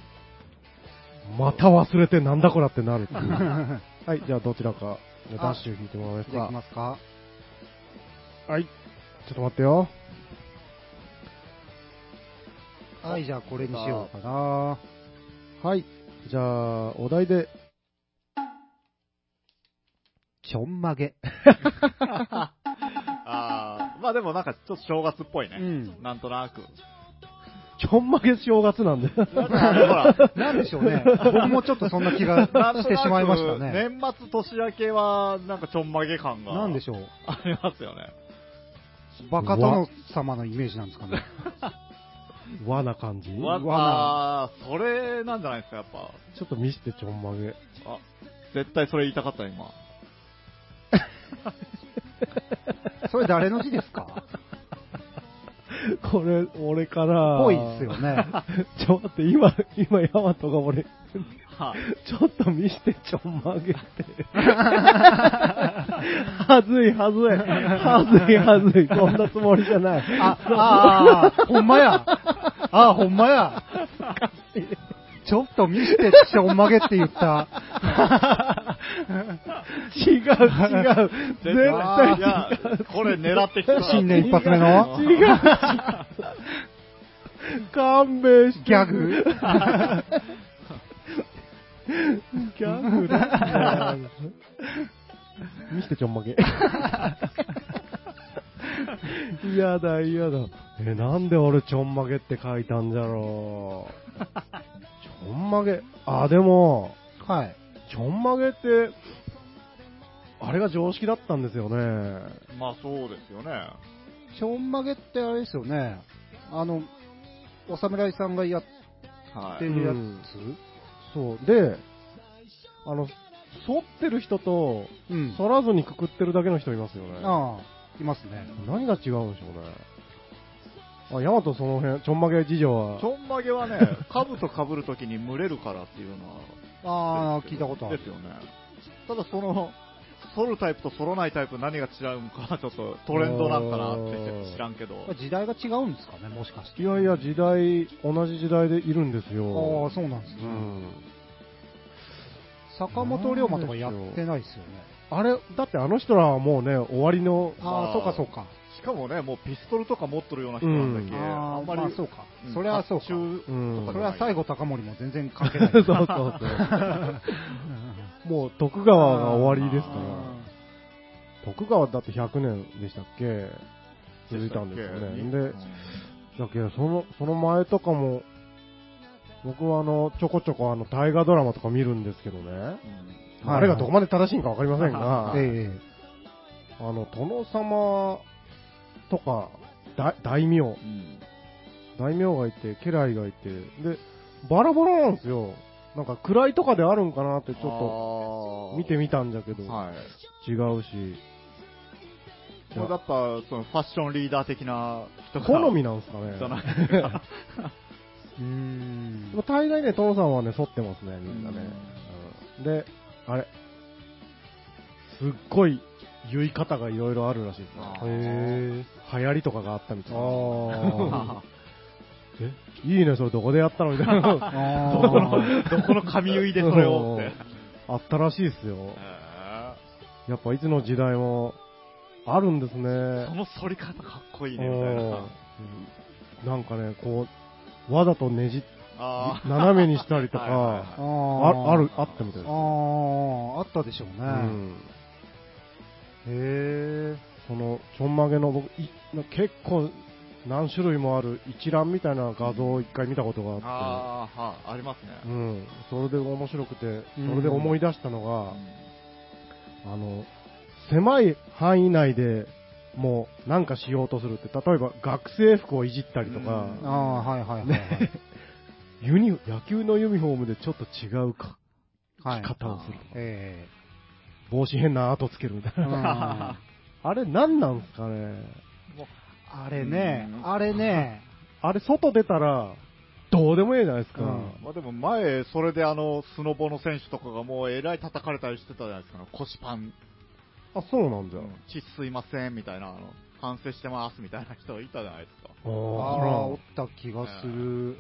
[SPEAKER 1] また忘れてなんだこらってなるっていう
[SPEAKER 3] あ。
[SPEAKER 1] はい、じゃあどちらか、ダッシュ引いてもらえます
[SPEAKER 3] じゃあい
[SPEAKER 1] か
[SPEAKER 3] き。ますか。
[SPEAKER 1] はい。ちょっと待ってよ。
[SPEAKER 3] はい、じゃあこれにしようかな。
[SPEAKER 1] はい。じゃあ、お題で。
[SPEAKER 3] ちょんまげ。
[SPEAKER 2] あーまあでもなんかちょっと正月っぽいね。
[SPEAKER 3] うん
[SPEAKER 2] なんと なく。
[SPEAKER 1] ちょんまげ正月なんで。
[SPEAKER 2] なんかあれほら、
[SPEAKER 3] なんでしょうね。僕もちょっとそんな気が
[SPEAKER 2] なん
[SPEAKER 3] し
[SPEAKER 2] と
[SPEAKER 3] て
[SPEAKER 2] な
[SPEAKER 3] し
[SPEAKER 2] く
[SPEAKER 3] まいましたね。
[SPEAKER 2] 年末年明けは、なんかちょんまげ感が。
[SPEAKER 3] なんでし
[SPEAKER 2] ょ
[SPEAKER 3] ょう。
[SPEAKER 2] ありますよね。
[SPEAKER 3] バカ殿様のイメージなんですかね。
[SPEAKER 1] 和な感じ。ち
[SPEAKER 2] わ
[SPEAKER 1] ょ
[SPEAKER 2] あーそれなんじゃないですか、やっぱ。
[SPEAKER 1] っと見してちょんまげ。
[SPEAKER 2] あ、絶対それ言いたかった、今。
[SPEAKER 3] それ誰の字ですか
[SPEAKER 1] これ、俺から。
[SPEAKER 3] ぽいっすよ。ね。
[SPEAKER 1] ちょ、待って、今、今、ヤマトが俺、ち
[SPEAKER 2] は
[SPEAKER 1] ょっと見してちょんま げって。はずい、はずい。はずい、はずい。こんなつもりじゃない。
[SPEAKER 3] あ、 ああ、ほんまや。ああ、ほんまや。ちょっと見して、ちょんまげって言った。
[SPEAKER 1] 違う、違う。絶対違
[SPEAKER 2] 絶対
[SPEAKER 1] う。
[SPEAKER 2] いや、これ狙ってきた。
[SPEAKER 3] 新年一発目の
[SPEAKER 2] 違 う。
[SPEAKER 1] 勘弁して。
[SPEAKER 3] ギャグ
[SPEAKER 1] ギャグだ。見してちょんまげ。嫌だ、嫌だ。え、なんで俺ちょんまげって書いたんじゃろう。ちょんまげ。あ、でも、
[SPEAKER 3] はい。
[SPEAKER 1] ちょんまげって、あれが常識だったんですよね。
[SPEAKER 2] まあそうですよね。
[SPEAKER 3] ちょんまげってあれですよね。あの、お侍さんがやっ
[SPEAKER 2] は
[SPEAKER 3] て
[SPEAKER 2] い。
[SPEAKER 3] るやつ。
[SPEAKER 1] うんそう。で、あの、反ってる人と、
[SPEAKER 3] うん
[SPEAKER 1] 反らずにくくってるだけの人いますよね。
[SPEAKER 3] ああ、いますね。
[SPEAKER 1] 何が違うんでしょうね。あ、ヤマトその辺、ちょんまげ事情は
[SPEAKER 2] ち。ょんまげはね、兜と被るときに蒸れるからっていうのは、
[SPEAKER 3] ああ、聞いたことある
[SPEAKER 2] で。すよね。ただその、反るタイプと反らないタイプ何が違うんか、ちょっとトレンドなんかなって知らんけど。
[SPEAKER 3] 時代が違うんですかね、もしかして。
[SPEAKER 1] いやいや、時代、同じ時代でいるんです
[SPEAKER 3] ああ
[SPEAKER 1] よ。、
[SPEAKER 3] そうなんですね。
[SPEAKER 1] うん。
[SPEAKER 3] 坂本龍馬とかやってないですよね。
[SPEAKER 1] あれ、だってあの人らはもうね、終わりの、
[SPEAKER 2] なん
[SPEAKER 3] ああ、
[SPEAKER 2] まあ
[SPEAKER 3] そうかそうか。
[SPEAKER 2] しかもね、もうピストルとか持ってるような人なんだけ、
[SPEAKER 1] う
[SPEAKER 3] あ
[SPEAKER 2] あ
[SPEAKER 3] あ、
[SPEAKER 2] んまり、
[SPEAKER 3] まあそうか
[SPEAKER 2] う。ん
[SPEAKER 3] それはそうか。
[SPEAKER 2] 発注
[SPEAKER 1] うん
[SPEAKER 2] とか
[SPEAKER 3] そ
[SPEAKER 2] じ
[SPEAKER 3] れ
[SPEAKER 2] ゃない
[SPEAKER 3] は西郷隆盛も全然関係
[SPEAKER 1] そ
[SPEAKER 3] な
[SPEAKER 1] う
[SPEAKER 3] い。
[SPEAKER 1] そうそう。もう徳川が終わりですから。徳川だって100年でしたっけ続いたんですよね。で
[SPEAKER 2] う、ん
[SPEAKER 1] だけど、その、その前とかも、僕はあの、ちょこちょこあの、大河ドラマとか見るんですけどね。
[SPEAKER 3] はい
[SPEAKER 1] あれがどこまで正しいんかわかりませんが、
[SPEAKER 3] ええ。
[SPEAKER 1] あの、殿様とか、だ大名、
[SPEAKER 2] うん
[SPEAKER 1] 大名がいて、家来がいて、で、バラバラなんですよ。なんか、位とかであるんかなってちょっと見てみたんだけど、
[SPEAKER 2] はい。
[SPEAKER 1] 違うし。
[SPEAKER 2] もうやっぱ、そのファッションリーダー的な人が
[SPEAKER 1] 好みなんですかね。
[SPEAKER 2] じゃない
[SPEAKER 3] うん
[SPEAKER 1] でも大概ね、殿様はね、反ってますね、みんなね。うんで、あれ、すっごい言い方がいろいろあるらしいですね
[SPEAKER 2] あ。
[SPEAKER 1] へー流行りとかがあったみたいな。
[SPEAKER 3] あ
[SPEAKER 1] えいいね、それどこでやったのみたい な。
[SPEAKER 3] あ
[SPEAKER 2] どこの、 どこの髪結いでそれをって。
[SPEAKER 1] あったらしいですよ。
[SPEAKER 2] へ
[SPEAKER 1] やっぱいつの時代もあるんですね。
[SPEAKER 2] ーその反り方かっこいいね、みたいな。
[SPEAKER 1] うんなんかね、こう、わざとねじ、
[SPEAKER 2] あー
[SPEAKER 1] 斜めにしたりと
[SPEAKER 2] はいはいはい
[SPEAKER 1] か、
[SPEAKER 3] あ
[SPEAKER 1] あある、あったみたいで
[SPEAKER 3] あ
[SPEAKER 1] す。
[SPEAKER 3] あ、あったでしょうね。
[SPEAKER 1] うん
[SPEAKER 3] へえ。
[SPEAKER 1] そのちょんまげの僕い結構何種類もある一覧みたいな画像を一回見たことがあっ
[SPEAKER 2] あーはあ、ありますね。
[SPEAKER 1] て、うん、それで面白くてそれで思い出したのが、あの狭い範囲内でもうなんかしようとするって例えば学生服をいじったりとか、
[SPEAKER 3] ああ、はいはいはいはい。
[SPEAKER 1] ユニ野球のユニフォームでちょっと違うか
[SPEAKER 3] はい
[SPEAKER 1] 着方をする、
[SPEAKER 3] え
[SPEAKER 1] 帽子変な跡つけるみたい
[SPEAKER 3] え。う
[SPEAKER 1] な、
[SPEAKER 3] んあ
[SPEAKER 1] あれ何なんですかね
[SPEAKER 3] れね
[SPEAKER 2] う、ん
[SPEAKER 3] あれね、
[SPEAKER 1] あれ外出たらどうでもいいじゃないですか、
[SPEAKER 3] うん
[SPEAKER 2] まあでも前、それであの、スノボの選手とかがもうえらい叩かれたりしてたじゃないですか、腰パン、
[SPEAKER 1] あそうなんだ、
[SPEAKER 2] 血すいませんみたいな、あの、反省してますみたいな人いたじゃないですか。
[SPEAKER 3] あ
[SPEAKER 1] あ
[SPEAKER 3] ら、
[SPEAKER 1] ら
[SPEAKER 3] おった気がする。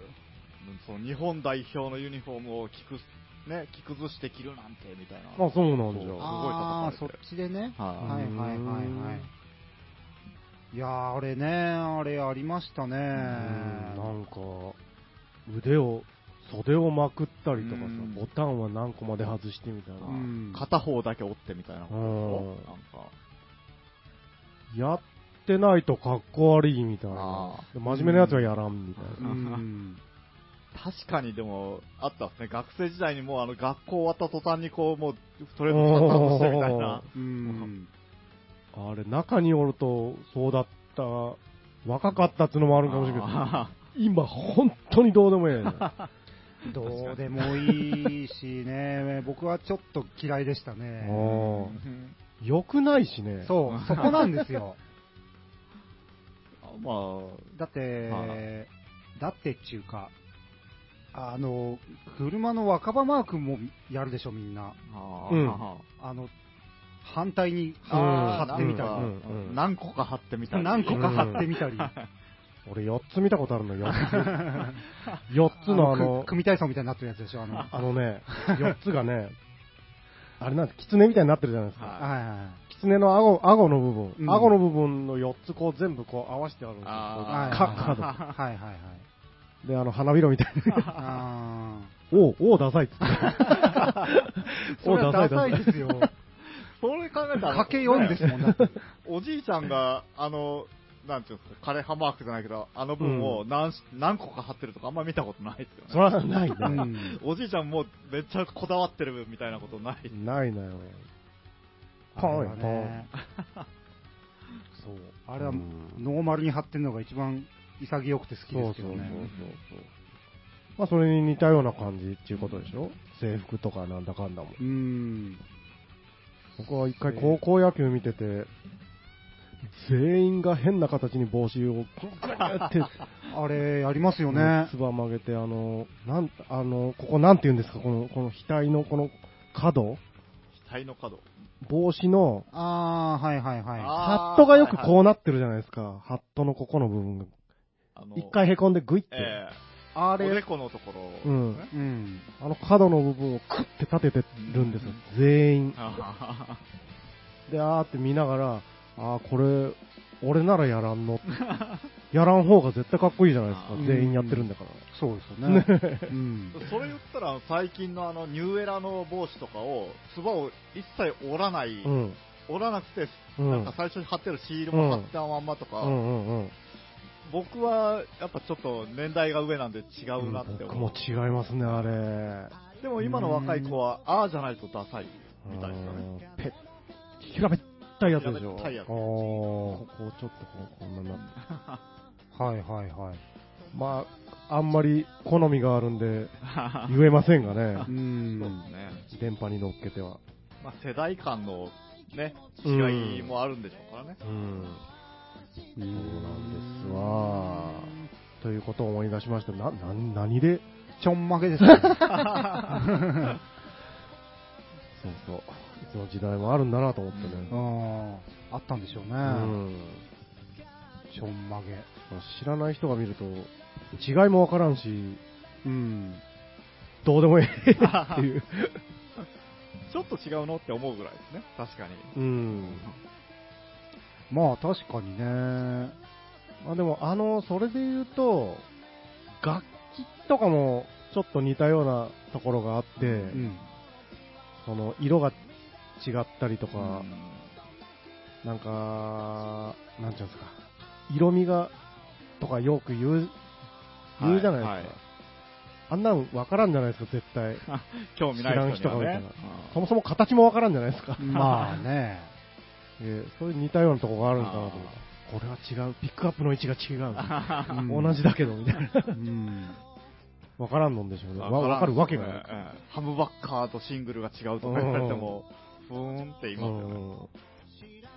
[SPEAKER 2] その日本代表のユニフォームを着く、ね、着崩して着るなんてみたいな。
[SPEAKER 1] あ、そうなんじ
[SPEAKER 2] そう
[SPEAKER 1] ゃ。
[SPEAKER 2] あ
[SPEAKER 3] あ
[SPEAKER 2] ー
[SPEAKER 3] あ、そっちでね。
[SPEAKER 2] は
[SPEAKER 3] はい
[SPEAKER 1] い
[SPEAKER 3] はいはいはい。いやー、あれね、あれありましたね。
[SPEAKER 1] うんなんか、腕を、袖をまくったりとかさ
[SPEAKER 2] うん、
[SPEAKER 1] ボタンは何個まで外してみたいな
[SPEAKER 2] う。
[SPEAKER 3] ん
[SPEAKER 2] 片方だけ折ってみたいなこと
[SPEAKER 1] う
[SPEAKER 2] でし
[SPEAKER 1] ん
[SPEAKER 2] ょなんか。
[SPEAKER 1] やってないとかっこ悪いみたいな
[SPEAKER 2] あ。
[SPEAKER 1] で真面目なやつはやらんみたいな。
[SPEAKER 3] うん
[SPEAKER 2] 確かにでも、あったっすね。学生時代にもうあの学校終わった途端にこう、もう、とりあえずスタンダップしてみたいな。
[SPEAKER 3] うん。
[SPEAKER 1] あれ、中におると、そうだった、若かったっていうのもあるかもしれない
[SPEAKER 2] あ
[SPEAKER 1] けど、今、本当にどうでもええね。
[SPEAKER 3] どうでもいいしね、 僕はちょっと嫌いでしたね。
[SPEAKER 2] ー
[SPEAKER 1] うん良くないしね。
[SPEAKER 3] そう、そこなんですよ。
[SPEAKER 2] まあ、
[SPEAKER 3] だって
[SPEAKER 2] は、
[SPEAKER 3] だってっていうか、あの、車の若葉マークもやるでしょ、みんな。
[SPEAKER 2] あ
[SPEAKER 1] うん
[SPEAKER 2] あ
[SPEAKER 3] あの、反対に
[SPEAKER 2] あー
[SPEAKER 3] 貼ってみたり
[SPEAKER 2] な。んか
[SPEAKER 1] うんうん
[SPEAKER 2] 何個か貼ってみたり。
[SPEAKER 3] 何個か貼ってみたり。
[SPEAKER 1] 俺、4つ見たことあるの、4つ。4つのあの
[SPEAKER 3] く、組体操みたいになってるやつでしょ、あの。はい
[SPEAKER 1] あのね、4つがね、 あれなんです、狐みたいになってるじゃないですか。
[SPEAKER 2] は
[SPEAKER 3] はいはい。
[SPEAKER 1] 狐の顎、顎の部分、
[SPEAKER 3] うん
[SPEAKER 1] 顎の部分の4つこう全部こう合わせてあるんですよ。
[SPEAKER 2] あー
[SPEAKER 1] こうか角
[SPEAKER 3] はいはいはい。
[SPEAKER 1] で、あの、花びらみたいな。
[SPEAKER 3] あ
[SPEAKER 1] おう、おう、ダサいっつ って。
[SPEAKER 3] あ。それはダサいです
[SPEAKER 2] い。
[SPEAKER 3] よ。
[SPEAKER 2] それ考えたら。
[SPEAKER 3] かけ4ですもんだって。
[SPEAKER 2] おじいちゃんが、あの、なんていうんですか、枯葉マークじゃないけど、あの分を何,、何個か貼ってるとかあんま見たことないですよ
[SPEAKER 1] そ
[SPEAKER 2] ね。
[SPEAKER 1] らないね。
[SPEAKER 3] うん
[SPEAKER 2] おじいちゃんもめっちゃこだわってるみたいなことない。
[SPEAKER 1] ないなよ。ポン
[SPEAKER 3] あれはね
[SPEAKER 1] そう。
[SPEAKER 3] あれは
[SPEAKER 1] うん
[SPEAKER 3] ノーマルに貼ってるのが一番潔くて好
[SPEAKER 1] そ
[SPEAKER 3] きで
[SPEAKER 1] う
[SPEAKER 3] すけ
[SPEAKER 1] そうそ
[SPEAKER 3] ど
[SPEAKER 1] うそう
[SPEAKER 3] ね。
[SPEAKER 1] そう。まあ、それに似たような感じっていうことでしょ制服とかなんだかんだも。
[SPEAKER 3] うん。
[SPEAKER 1] 僕は一回高校野球見てて、全員が変な形に帽子をグーって、
[SPEAKER 3] あれ、やりますよね
[SPEAKER 1] つ。ば曲げて、あの、なん、あの、ここなんて言うんですかこの、この額のこの角
[SPEAKER 2] 額の角。
[SPEAKER 1] 帽子の、
[SPEAKER 3] ああ、はいはいは
[SPEAKER 1] ハ
[SPEAKER 2] あー
[SPEAKER 1] ットがよく
[SPEAKER 2] はいは
[SPEAKER 1] こうなってるじゃないですか。ハットのここの部分が。
[SPEAKER 2] いあの
[SPEAKER 1] 一回へこんでグイって。
[SPEAKER 2] え
[SPEAKER 1] あ
[SPEAKER 2] えおで
[SPEAKER 1] れ、
[SPEAKER 2] このところをね、
[SPEAKER 1] うん
[SPEAKER 3] い。うん。
[SPEAKER 1] あの角の部分をクッて立ててるんですよ。全員。
[SPEAKER 2] あ
[SPEAKER 1] で、あーって見ながら、あーこれ、俺ならやらんの。やらん方が絶対かっこいいじゃないですか
[SPEAKER 2] あ。
[SPEAKER 3] ー
[SPEAKER 1] 全員やってるんだから。
[SPEAKER 3] そうですよね。うん。
[SPEAKER 2] ーそれ言ったら、最近のあの、ニューエラの帽子とかを、つばを一切折らない、
[SPEAKER 1] うん。
[SPEAKER 2] 折らなくて、
[SPEAKER 1] うん
[SPEAKER 2] なんか最初に貼ってるシールも貼ったまんまと
[SPEAKER 1] う
[SPEAKER 2] か、
[SPEAKER 1] んうんうん。
[SPEAKER 2] 僕はやっぱちょっと年代が上なんで違うなって
[SPEAKER 1] 僕
[SPEAKER 2] 思う
[SPEAKER 1] も。違いますね、あれ。
[SPEAKER 2] でも今の若い子は、ああじゃないとダサいみたいですよね。
[SPEAKER 1] うんペッ、平べったいやつでし
[SPEAKER 2] 平
[SPEAKER 1] ょ。
[SPEAKER 2] べったいやつ
[SPEAKER 1] あーここをちょっとこうこんなに なって
[SPEAKER 3] はいはいはい。
[SPEAKER 1] まあ、あんまり好みがあるんで、言えませんが ね
[SPEAKER 3] う、
[SPEAKER 2] そうで
[SPEAKER 3] ん。
[SPEAKER 2] すね。
[SPEAKER 1] 電波に乗っけては。
[SPEAKER 2] まあ、世代間のね、違いもあるんでしょうからね。
[SPEAKER 1] うん。
[SPEAKER 3] そう
[SPEAKER 1] なんですわということを思い出しました。な、な、何で
[SPEAKER 3] ちょんまげですね。
[SPEAKER 1] そうそう。いつの時代もあるんだなと思って
[SPEAKER 3] う
[SPEAKER 1] ね。
[SPEAKER 3] ん。あったんでしょうね。
[SPEAKER 1] うん。
[SPEAKER 3] ちょんまげ。
[SPEAKER 1] 知らない人が見ると、違いもわからんし、
[SPEAKER 3] うん。
[SPEAKER 1] どうでもいいって いう。
[SPEAKER 2] ちょっと違うのって思うぐらいですね。確かに。
[SPEAKER 1] うん。
[SPEAKER 3] まあ確かにね。
[SPEAKER 1] まあでも、あの、それで言うと、楽器とかもちょっと似たようなところがあって、
[SPEAKER 3] うん。
[SPEAKER 1] その色が違ったりと
[SPEAKER 2] う
[SPEAKER 1] か、
[SPEAKER 2] ん
[SPEAKER 1] なんか、なんちゃうんですか、色味が、とかよく言う、言うじゃないですか。
[SPEAKER 2] はいはい
[SPEAKER 1] あんなの分からんじゃないですか、絶対。
[SPEAKER 2] 興味ない人
[SPEAKER 1] 知
[SPEAKER 2] には
[SPEAKER 1] らん
[SPEAKER 2] ね
[SPEAKER 1] 人が多いか。そもそも形も分からんじゃないですか。
[SPEAKER 3] まあ ね。
[SPEAKER 1] えーそういう似たようなとこがあるんかなと思って
[SPEAKER 2] あ
[SPEAKER 1] これは違う、ピックアップの位置が違 う。
[SPEAKER 3] うん
[SPEAKER 1] 同じだけど、みたいな。
[SPEAKER 3] うん。
[SPEAKER 1] 分からんのんでしょうね。わ分
[SPEAKER 2] わ
[SPEAKER 1] かるわけがない。
[SPEAKER 2] ハムバッカーとシングルが違うとか言われても、ふーんって言いますよね。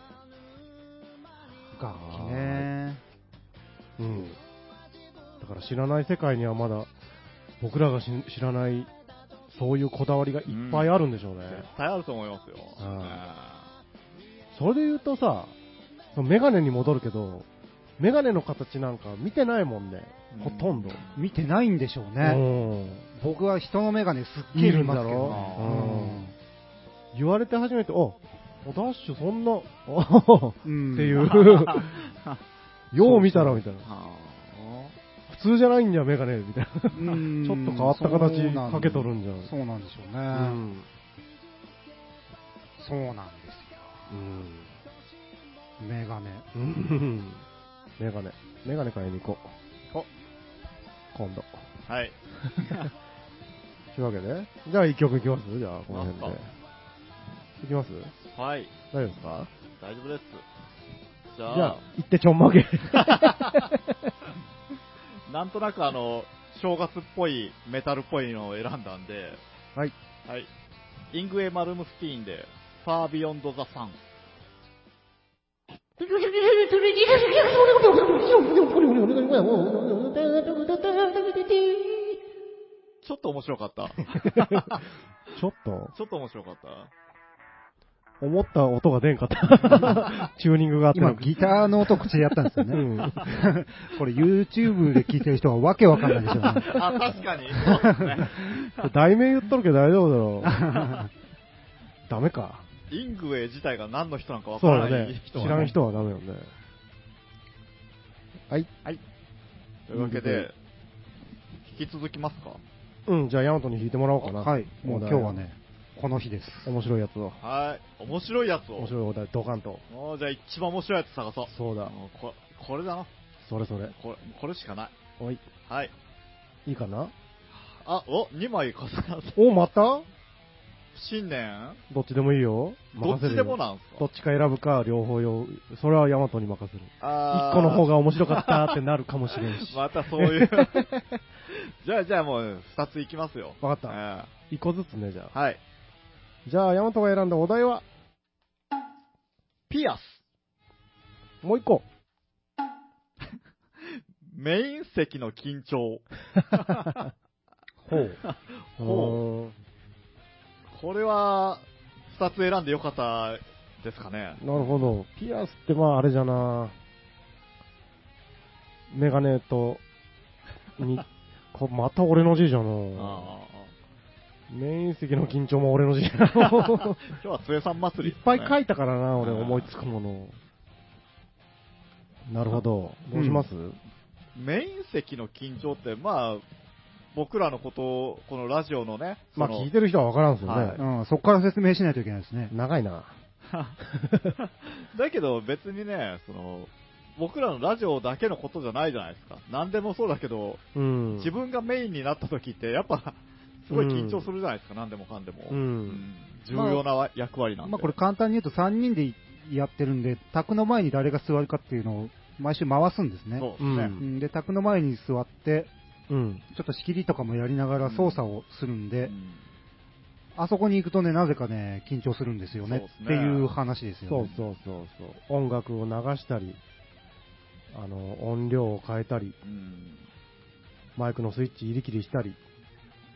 [SPEAKER 3] 楽器ね。
[SPEAKER 1] うんうんだから知らない世界にはまだ僕らがし知らないそういうこだわりがいっぱいあるんでしょうね、
[SPEAKER 2] 絶対あると思いますよ。
[SPEAKER 1] うんそれで言うとさそのメガネに戻るけどメガネの形なんか見てないもんね、
[SPEAKER 2] う
[SPEAKER 1] ほ
[SPEAKER 2] ん
[SPEAKER 1] とんど。
[SPEAKER 3] 見てないんでしょう
[SPEAKER 1] う
[SPEAKER 3] ね。
[SPEAKER 1] ん
[SPEAKER 3] 僕は人の眼鏡すっげえ見ますけ
[SPEAKER 1] いるんだ
[SPEAKER 3] ど
[SPEAKER 1] ろ
[SPEAKER 2] う
[SPEAKER 1] 言われて初めて、おおダッシュそ んな、
[SPEAKER 3] な。うん
[SPEAKER 1] ってい
[SPEAKER 3] うん
[SPEAKER 1] う、よう見たらみたいな。
[SPEAKER 2] あ
[SPEAKER 1] 普通じゃないんじゃメガネみたいな。
[SPEAKER 3] ち ょ
[SPEAKER 1] ちょっと変わった形かけとるん
[SPEAKER 3] ん
[SPEAKER 1] じゃん。
[SPEAKER 3] そうなんでしょう
[SPEAKER 1] う
[SPEAKER 3] ね。
[SPEAKER 1] ん
[SPEAKER 3] そうなんですよ。眼鏡。
[SPEAKER 1] うんメガネ、メガネ買いに行こう。今度。
[SPEAKER 2] あはい。
[SPEAKER 1] というわけで、じゃあ一曲いきますじゃあ、この辺
[SPEAKER 2] なん
[SPEAKER 1] で
[SPEAKER 2] か。
[SPEAKER 1] いきます
[SPEAKER 2] はい。
[SPEAKER 1] 大丈夫ですか
[SPEAKER 2] 大丈夫です。じ
[SPEAKER 1] じ
[SPEAKER 2] ゃ
[SPEAKER 1] ゃ
[SPEAKER 2] あ
[SPEAKER 1] あ、、行ってちょんまげ。
[SPEAKER 2] なんとなくあの、正月っぽい、メタルっぽいのを選んだんで、
[SPEAKER 1] はい。
[SPEAKER 2] はい。イングエ・マルムスティーンで、ファービヨンド・ザ・サン。ちょっと面白 かった。
[SPEAKER 1] ちょっと、
[SPEAKER 2] ちょっと面白かった。
[SPEAKER 1] 思った音が出んかった。チューニングがあってな
[SPEAKER 3] 今、
[SPEAKER 1] くて
[SPEAKER 3] ギターの音口でやったんですよ
[SPEAKER 1] う
[SPEAKER 3] ね。
[SPEAKER 1] ん。
[SPEAKER 3] これ YouTube で聞いてる人はわけわかんないでしょうね。
[SPEAKER 2] あ、確かに。そうですね。
[SPEAKER 1] 題名言っとるけど大丈夫だろう。 ダメか。
[SPEAKER 2] イングエ自体が何の人なんかわか
[SPEAKER 1] そう
[SPEAKER 2] ら
[SPEAKER 1] だ
[SPEAKER 2] な
[SPEAKER 1] ね
[SPEAKER 2] い。
[SPEAKER 1] 知
[SPEAKER 2] 人はね
[SPEAKER 1] らん人はダメよね。はい。
[SPEAKER 2] というわけで、引き続きますか
[SPEAKER 1] うん、じゃあヤマトに弾いてもらおうかな。
[SPEAKER 3] はい。もう
[SPEAKER 1] お
[SPEAKER 3] 今
[SPEAKER 1] 題
[SPEAKER 3] 日は。ね、この日です。
[SPEAKER 1] 面白いやつを。
[SPEAKER 2] はい。面白いやつを。
[SPEAKER 1] 面白いお題、ドカンと。
[SPEAKER 2] もうじゃあ一番面白いやつ探そう。
[SPEAKER 1] そうだ。
[SPEAKER 2] もうここれだな。
[SPEAKER 1] それそれ。
[SPEAKER 2] これ、これしかない。
[SPEAKER 1] おい、
[SPEAKER 2] はい。
[SPEAKER 1] いいかな
[SPEAKER 2] あ、お、2枚重なった。
[SPEAKER 1] お、また
[SPEAKER 2] 新年
[SPEAKER 1] どっちでもいいよ。
[SPEAKER 2] どっちでも
[SPEAKER 1] な。
[SPEAKER 2] なんす
[SPEAKER 1] ど
[SPEAKER 2] か
[SPEAKER 1] っちか選ぶか、両方用。それはヤマトに任せる。
[SPEAKER 2] あ
[SPEAKER 1] 一個の方
[SPEAKER 2] が。
[SPEAKER 1] が面白かったってなるかもしれんし。
[SPEAKER 2] またそういう。じゃあ、じゃあもう2ついきますよ。
[SPEAKER 1] わかった。
[SPEAKER 2] え
[SPEAKER 1] 一個ずつね、じゃ
[SPEAKER 2] え
[SPEAKER 1] あ。
[SPEAKER 2] はい。
[SPEAKER 1] じゃあ、ヤマトが選んだお題は、
[SPEAKER 2] ピアス。
[SPEAKER 1] もう一個。
[SPEAKER 2] メイン席の緊張。
[SPEAKER 1] ほ う。
[SPEAKER 2] ほこれは、2つ選んでよかったですかね。
[SPEAKER 1] なるほど。ピアスってまああれじゃな。メガネと、に、 こまた俺の字じゃな。
[SPEAKER 2] ああ。
[SPEAKER 1] メイン席の緊張も俺の字じゃな。
[SPEAKER 2] 今日は杖さん祭
[SPEAKER 1] い
[SPEAKER 2] り
[SPEAKER 1] っ
[SPEAKER 2] ですね、
[SPEAKER 1] ぱい書いたからな、俺
[SPEAKER 2] うん
[SPEAKER 1] 思いつくもの。なるほど。どうします、
[SPEAKER 2] メイン席の緊張って、まあ、僕らのことを、このラジオのね、
[SPEAKER 1] まあ
[SPEAKER 2] その
[SPEAKER 1] 聞いてる人はわからんすよね。
[SPEAKER 2] は
[SPEAKER 3] うん、そこから説明しないといけないですね。
[SPEAKER 1] 長いな。
[SPEAKER 2] だけど別にね、その、僕らのラジオだけのことじゃないじゃないですか。何でもそうだけど、
[SPEAKER 1] うん。
[SPEAKER 2] 自分がメインになった時って、やっぱ、すごい緊張するじゃないですか、何でもかんでも。
[SPEAKER 1] う。
[SPEAKER 2] うんん重要な役割なんで。
[SPEAKER 3] まあこれ簡単に言うと3人でやってるんで、卓の前に誰が座るかっていうのを毎週回すんですね。
[SPEAKER 2] そうです
[SPEAKER 1] う
[SPEAKER 2] ね。
[SPEAKER 1] ん
[SPEAKER 3] うんで、卓の前に座って、
[SPEAKER 1] うん。
[SPEAKER 3] ちょっと仕切りとかもやりながら操作をするんで、
[SPEAKER 2] うん
[SPEAKER 3] あそこに行くとね、なぜかね、緊張するんですよね
[SPEAKER 2] そうですね
[SPEAKER 3] っていう話ですよ
[SPEAKER 1] そう
[SPEAKER 3] ね。
[SPEAKER 1] そうそうそう。音楽を流したり、あの、音量を変えたり、
[SPEAKER 2] うん
[SPEAKER 1] マイクのスイッチ入り切りしたり、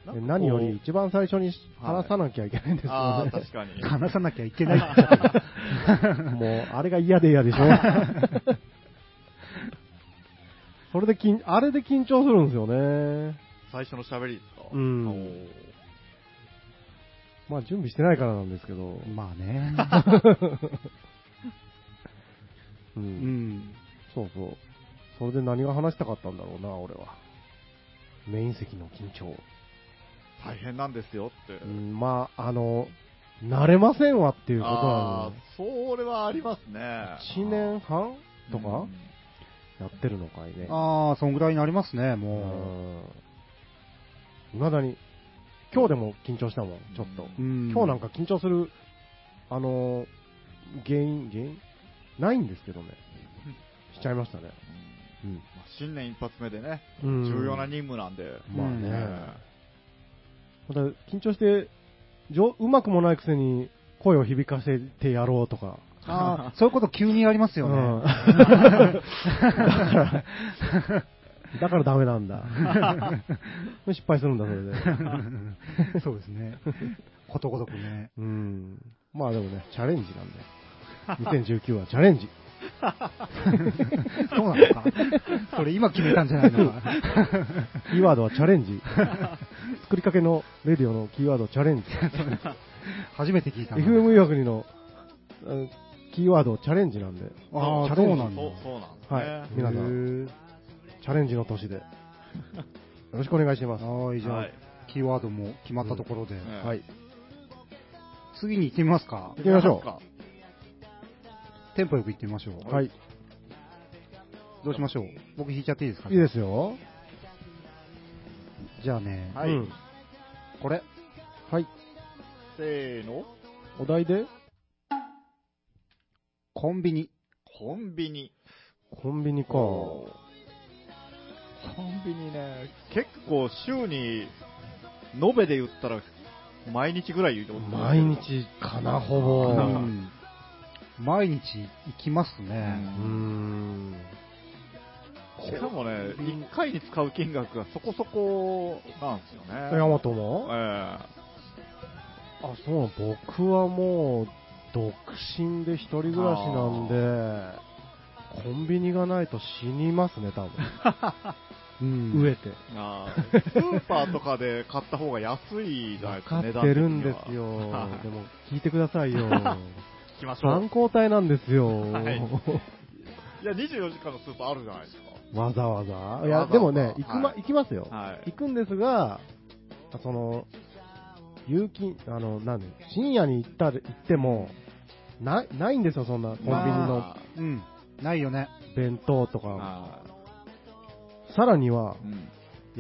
[SPEAKER 2] なん
[SPEAKER 1] え
[SPEAKER 2] かこう
[SPEAKER 1] 何より一番最初にし
[SPEAKER 2] はい
[SPEAKER 1] 話さなきゃいけないんです
[SPEAKER 2] あ
[SPEAKER 1] よ
[SPEAKER 2] あ、
[SPEAKER 1] ね。
[SPEAKER 2] 確かに。
[SPEAKER 3] 話さなきゃいけないって言っちゃった
[SPEAKER 1] もう、あれが嫌で嫌でしょ。 それで緊、あれで緊張するんですよね。
[SPEAKER 2] 最初の喋りですか
[SPEAKER 1] うん
[SPEAKER 2] おー
[SPEAKER 1] まあ、準備してないからなんですけど。
[SPEAKER 3] まあね。
[SPEAKER 1] う。
[SPEAKER 3] うんん。
[SPEAKER 1] そうそう。それで何が話したかったんだろうな、俺は。メイン席の緊張。
[SPEAKER 2] 大変なんですよって。
[SPEAKER 1] うん、まあ、あの、慣れませんわっていうことな
[SPEAKER 2] あ
[SPEAKER 1] の。
[SPEAKER 2] あ、それはありますね。
[SPEAKER 1] 1年半と
[SPEAKER 2] う
[SPEAKER 1] か
[SPEAKER 2] ん
[SPEAKER 1] やってるのかいね。
[SPEAKER 3] ああ、そんぐらいになりますね、も
[SPEAKER 1] いまだに、今日でも緊張したもん、ちょっと。
[SPEAKER 3] う。うん
[SPEAKER 1] 今日なんか緊張する、あのー原因、原因ないんですけどね。しちゃいましたね。うん。
[SPEAKER 2] まあ新年一発目でね、
[SPEAKER 1] うん
[SPEAKER 2] 重要な任務なんで。
[SPEAKER 1] まあ
[SPEAKER 3] うん
[SPEAKER 1] ね。また緊張して、じょうまくもないくせに声を響かせてやろうとか。
[SPEAKER 3] ああ、そういうこと急にやりますよ
[SPEAKER 1] う
[SPEAKER 3] ね
[SPEAKER 1] ん。だからダメなんだ。 失敗するんだ、それで。
[SPEAKER 3] そうですね。ことごとくね。
[SPEAKER 1] うん。まあでもね、チャレンジなんで。2019はチャレンジ。
[SPEAKER 3] そうなのか。それ今決めたんじゃないのか。
[SPEAKER 1] キーワードはチャレンジ。作りかけのレディオのキーワードチャ レンジ。
[SPEAKER 3] 初めて聞いたな
[SPEAKER 1] FM 岩国のあのキーワードチャレンジなんで、
[SPEAKER 3] ああ、
[SPEAKER 1] チャ
[SPEAKER 3] そ
[SPEAKER 1] レン
[SPEAKER 3] う
[SPEAKER 1] ジ
[SPEAKER 3] なんだ。
[SPEAKER 2] そうそうなんですね。
[SPEAKER 1] はい、皆さん、チャレンジの年で、よろしくお願いします。
[SPEAKER 3] はい、じゃあ、
[SPEAKER 2] はい
[SPEAKER 3] キーワードも決まったところで、
[SPEAKER 2] うん
[SPEAKER 1] はい、
[SPEAKER 3] 次に行ってみますか
[SPEAKER 1] 行。きましょ
[SPEAKER 2] 行きま
[SPEAKER 3] テンポよく行ってみましょう。
[SPEAKER 1] う。はい、い
[SPEAKER 3] どうしましょう僕引いちゃっていいですか
[SPEAKER 1] いですよ。
[SPEAKER 3] じゃあね、
[SPEAKER 2] はい
[SPEAKER 1] うん
[SPEAKER 3] これ。
[SPEAKER 1] はい、
[SPEAKER 2] せーの。
[SPEAKER 1] お題で、
[SPEAKER 3] コンビニ。
[SPEAKER 2] コンビニ。
[SPEAKER 1] コンビニか。
[SPEAKER 2] コンビニね。結構週に、延べで言ったら、毎日ぐらい言う
[SPEAKER 1] 毎。日かな、ほぼ。
[SPEAKER 2] う
[SPEAKER 1] うんん。
[SPEAKER 3] 毎日行きますね。
[SPEAKER 2] しかもね、1回に使う金額がそこそこなんですよね。
[SPEAKER 1] 山本
[SPEAKER 2] え
[SPEAKER 1] も
[SPEAKER 2] え
[SPEAKER 1] あ、そう、僕はもう、独身で一人暮らしなんで、コンビニがないと死にますね、多分。
[SPEAKER 3] うん
[SPEAKER 1] 飢えて。
[SPEAKER 2] あ ースーパーとかで買った方が安いじゃな
[SPEAKER 1] わ
[SPEAKER 2] いですか、
[SPEAKER 1] かって
[SPEAKER 2] 値段的
[SPEAKER 1] るん
[SPEAKER 2] に
[SPEAKER 1] で
[SPEAKER 2] は
[SPEAKER 1] すよ。
[SPEAKER 2] はい
[SPEAKER 1] でも、聞いてください よ。
[SPEAKER 2] 聞きましょ
[SPEAKER 1] 参
[SPEAKER 2] う。
[SPEAKER 1] 考体なんですよ。
[SPEAKER 2] はいいや、24時間のスーパーあるじゃないですか。
[SPEAKER 1] わざわざ。い
[SPEAKER 2] わざわ
[SPEAKER 1] や、
[SPEAKER 2] ざ
[SPEAKER 1] でもね、行くま、
[SPEAKER 2] はい
[SPEAKER 1] 行きますよ。
[SPEAKER 2] はい
[SPEAKER 1] 行。くんですが、その、有金、あの、なんで、深夜に行ったり、行っても、ない、ないんですよ、そんな、コンビニの
[SPEAKER 2] まあ
[SPEAKER 3] うん。ないよね。
[SPEAKER 1] 弁当とか。
[SPEAKER 2] あ
[SPEAKER 1] さらには
[SPEAKER 2] ー、うん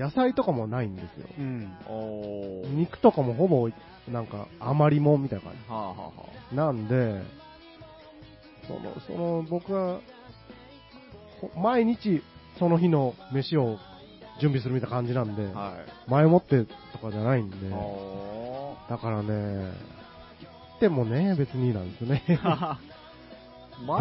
[SPEAKER 1] 野菜とかもないんですよ。
[SPEAKER 3] うん。
[SPEAKER 2] おー
[SPEAKER 1] 肉とかもほぼ、なんか、余りもんみたいな感じ。
[SPEAKER 2] はあはあは
[SPEAKER 1] なんで、その、その、僕は、こ毎日、その日の飯を準備するみたいな感じなんで、
[SPEAKER 2] あ。はい。
[SPEAKER 1] 前もってとかじゃないんで、
[SPEAKER 2] おー
[SPEAKER 1] だからね、行ってもね、別になんですね。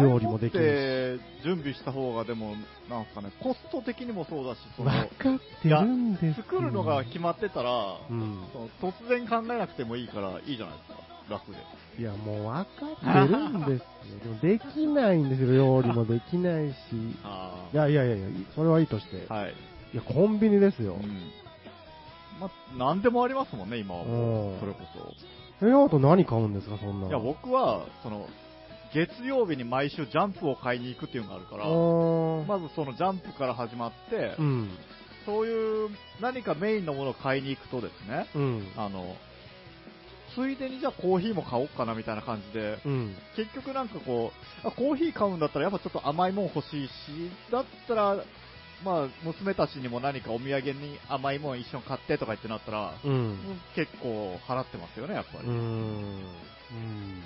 [SPEAKER 2] 料
[SPEAKER 1] 料
[SPEAKER 2] 理
[SPEAKER 1] 理
[SPEAKER 2] も
[SPEAKER 1] も
[SPEAKER 2] で
[SPEAKER 1] で
[SPEAKER 2] き
[SPEAKER 1] き
[SPEAKER 2] る準備した方がでもなんすかねコスト的にもそうだし そ
[SPEAKER 1] わ
[SPEAKER 2] の
[SPEAKER 1] かってるんですよ
[SPEAKER 2] 作るのが決まってたら、
[SPEAKER 1] うん。
[SPEAKER 2] その突然考えなくてもいいからいいじゃないですか楽で
[SPEAKER 1] いや、もう分かってるん ですよ。でもできないんですよ、料理もできないし。
[SPEAKER 2] あ
[SPEAKER 1] いやいやいやいや、それはいいとして。
[SPEAKER 2] あはい、
[SPEAKER 1] いや、コンビニですよ。
[SPEAKER 2] うんま何でもありますもんね今はも
[SPEAKER 1] う
[SPEAKER 2] うんそれこ
[SPEAKER 1] え、あと何買うんですか、そんなの。
[SPEAKER 2] そいや僕はその月曜日に毎週ジャンプを買いに行くっていうのがあるから
[SPEAKER 1] あー
[SPEAKER 2] まずそのジャンプから始まって、
[SPEAKER 1] うん。
[SPEAKER 2] そういう何かメインのものを買いに行くとですね、
[SPEAKER 1] うん。
[SPEAKER 2] あの、ついでにじゃあコーヒーも買おうかなみたいな感じで、
[SPEAKER 1] うん。
[SPEAKER 2] 結局なんかこう、あコーヒー買うんだったらやっぱちょっと甘いもん欲しいし、だったら、まあ、娘たちにも何かお土産に甘いもん一緒に買ってとか言ってなったら、
[SPEAKER 1] うん。
[SPEAKER 2] 結構払ってますよね、やっぱり。
[SPEAKER 1] うん。
[SPEAKER 3] うん。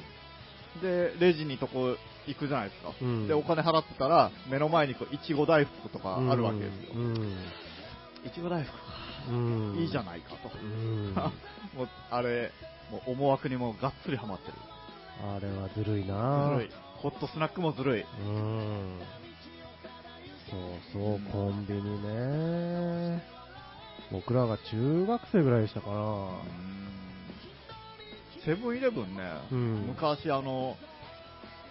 [SPEAKER 2] で、レジにとこ行くじゃないですか。
[SPEAKER 1] うん
[SPEAKER 2] で、お金払ってたら、目の前にこう、いちご大福とかあるわけですよ。
[SPEAKER 1] うん。
[SPEAKER 2] いちご大福か。
[SPEAKER 1] うん。
[SPEAKER 2] いいじゃ
[SPEAKER 1] ん。
[SPEAKER 2] ないかと。
[SPEAKER 1] うん。
[SPEAKER 2] もう、あれ、もう思惑にもうがっつりハマってる。
[SPEAKER 1] あれはずるいな
[SPEAKER 2] ずるい。ホットスナックもずるい。
[SPEAKER 1] うん。そうそう、コンビニね。僕らが中学生ぐらいでしたから。
[SPEAKER 2] セブンイレブンね、
[SPEAKER 1] うん
[SPEAKER 2] 昔あの、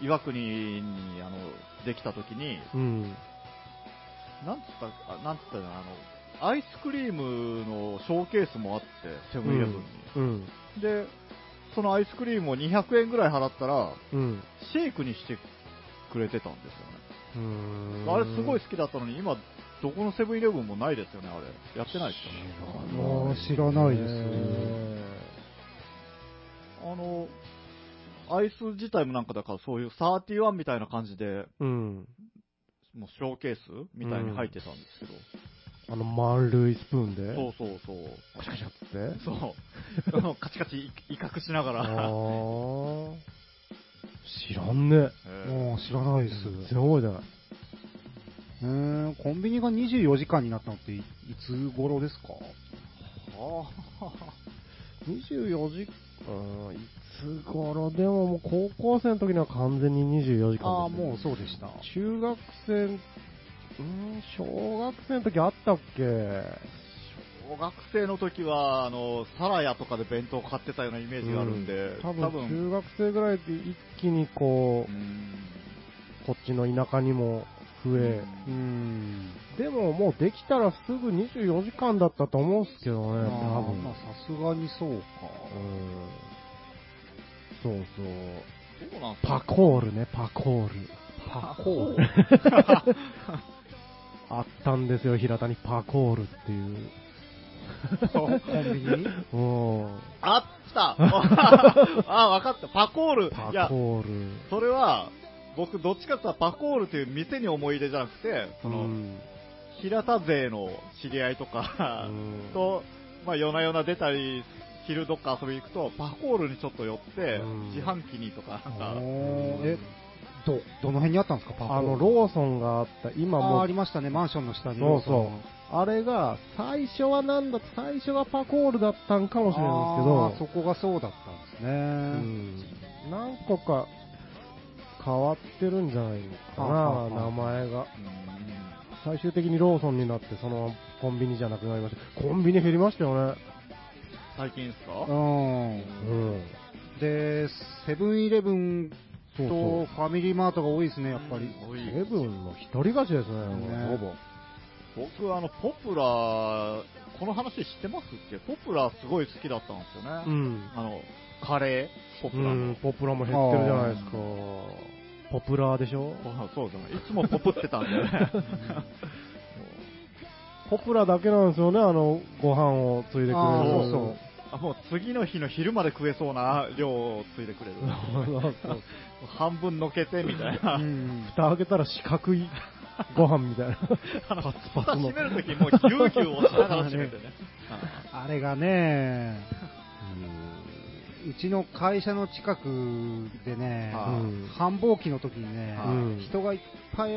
[SPEAKER 2] 岩国にあのできた時に、
[SPEAKER 1] うん。
[SPEAKER 2] なんつった、あなんつったかなあの、アイスクリームのショーケースもあって、セブンイレブンに。
[SPEAKER 1] うん。
[SPEAKER 2] で、そのアイスクリームを200円ぐらい払ったら、
[SPEAKER 1] うん。
[SPEAKER 2] シェイクにしてくれてたんですよね。
[SPEAKER 1] うん。
[SPEAKER 2] あれすごい好きだったのに、今、どこのセブンイレブンもないですよね、あれ。やってないですよね。
[SPEAKER 3] もう知らないですね。
[SPEAKER 2] あの、アイス自体もなんかだからそういう31みたいな感じで、
[SPEAKER 1] うん。
[SPEAKER 2] もうショーケースみたいに入ってたんですけど。
[SPEAKER 1] あの丸いスプーンで、
[SPEAKER 2] そうそうそう。
[SPEAKER 1] カシャカシャっつって。
[SPEAKER 2] そう。あのカチカチ威嚇しなが
[SPEAKER 1] あ
[SPEAKER 2] ら。
[SPEAKER 1] ー知らんね。
[SPEAKER 2] え
[SPEAKER 3] もう知らないです。
[SPEAKER 1] 全然覚えてない。
[SPEAKER 3] うーん、コンビニが24時間になったのっていいつ頃ですか
[SPEAKER 2] ーはあ
[SPEAKER 1] 24時うん、いつ頃でももう高校生の時には完全に24時間です、ね。
[SPEAKER 3] ああ、もうそうでした。
[SPEAKER 1] 中学生、うん、小学生の時あったっけ
[SPEAKER 2] 小学生の時は、あの、サラヤとかで弁当買ってたようなイメージがあるんで、
[SPEAKER 1] 多分中学生ぐらいで一気にこ
[SPEAKER 2] うん
[SPEAKER 1] う、こっちの田舎にも増え、
[SPEAKER 3] うん。
[SPEAKER 1] でももうできたらすぐ24時間だったと思うんすけどね、
[SPEAKER 3] あ
[SPEAKER 1] 多
[SPEAKER 3] ー
[SPEAKER 1] 分。
[SPEAKER 3] まあ、さすがにそうか。
[SPEAKER 1] うんそうそう。
[SPEAKER 2] そうなんす
[SPEAKER 1] パ
[SPEAKER 2] か
[SPEAKER 1] コールね、パコール。
[SPEAKER 2] パ
[SPEAKER 3] コー
[SPEAKER 2] ル。
[SPEAKER 1] あったんですよ、平田にパコールっていう。
[SPEAKER 3] コンビニ
[SPEAKER 1] うん。
[SPEAKER 2] あった あ、わかった。パコール。
[SPEAKER 1] パ
[SPEAKER 2] いや、
[SPEAKER 1] コール。
[SPEAKER 2] それは、僕、どっちかっていうとパコールという店に思い出じゃなくて、そ
[SPEAKER 1] う
[SPEAKER 2] の、
[SPEAKER 1] ん
[SPEAKER 2] 平田勢の知り合いとか、 と、まあ、夜な夜な出たり、昼どっか遊びに行くと、パコールにちょっと寄って
[SPEAKER 1] うん、
[SPEAKER 2] 自販機にとか、なんか、
[SPEAKER 3] おーえ、ど、どの辺にあったんですか、パーコー
[SPEAKER 1] あの、ローソンがあった、今
[SPEAKER 3] あー
[SPEAKER 1] も
[SPEAKER 3] あ
[SPEAKER 1] う
[SPEAKER 3] りましたね、マンションの下に
[SPEAKER 1] そう
[SPEAKER 3] ロー
[SPEAKER 1] そ
[SPEAKER 3] ソン
[SPEAKER 1] う。あれが、最初はなんだ、最初はパコールだったんかもしれないんですけど、
[SPEAKER 3] あーそこがそうだったんですね。
[SPEAKER 1] うん何個か変わってるんじゃないのか
[SPEAKER 3] はあはあ
[SPEAKER 1] な、
[SPEAKER 3] はあ
[SPEAKER 1] 名前が。
[SPEAKER 2] うん
[SPEAKER 1] 最終的にローソンになって、そのままコンビニじゃなくなりました。コンビニ減りましたよね。
[SPEAKER 2] 最近ですか
[SPEAKER 3] うん。
[SPEAKER 1] うん。
[SPEAKER 3] で、セブンイレブン
[SPEAKER 1] そう
[SPEAKER 3] とファミリーマートが多いですね、やっぱり。
[SPEAKER 2] 多い
[SPEAKER 1] セブンの一人勝ちですね、ほ
[SPEAKER 3] ね
[SPEAKER 1] ぼ。
[SPEAKER 2] 僕はあの、ポプラ、この話知ってますっけポプラすごい好きだったんですよね。
[SPEAKER 1] うん。
[SPEAKER 2] あの、カレー、ポプラ
[SPEAKER 1] う
[SPEAKER 2] の
[SPEAKER 1] ん。ポプラも減ってるじゃないですか。ポプラーでしょ
[SPEAKER 2] あそうですね。いつもポプってたんでね。
[SPEAKER 1] ポプラだけなんですよね、あの、ご飯をついでくれる。
[SPEAKER 3] あ
[SPEAKER 2] ーそう
[SPEAKER 3] そう
[SPEAKER 2] あもう次の日の昼まで食えそうな量をついでくれる。
[SPEAKER 1] そうそう
[SPEAKER 2] 半分のけてみたいうな。
[SPEAKER 3] ん。
[SPEAKER 1] 蓋開けたら四角いご飯み たいな。
[SPEAKER 2] あの、
[SPEAKER 1] パツ
[SPEAKER 2] 蓋
[SPEAKER 1] の
[SPEAKER 2] 閉めるときもうぎゅうぎゅう押しながら閉めてね。あ
[SPEAKER 3] あれがね、うちの会社の近くでね、
[SPEAKER 2] は
[SPEAKER 1] う
[SPEAKER 2] あ
[SPEAKER 1] ん
[SPEAKER 3] 繁忙期の時にね、
[SPEAKER 1] はい
[SPEAKER 3] 人がいっぱい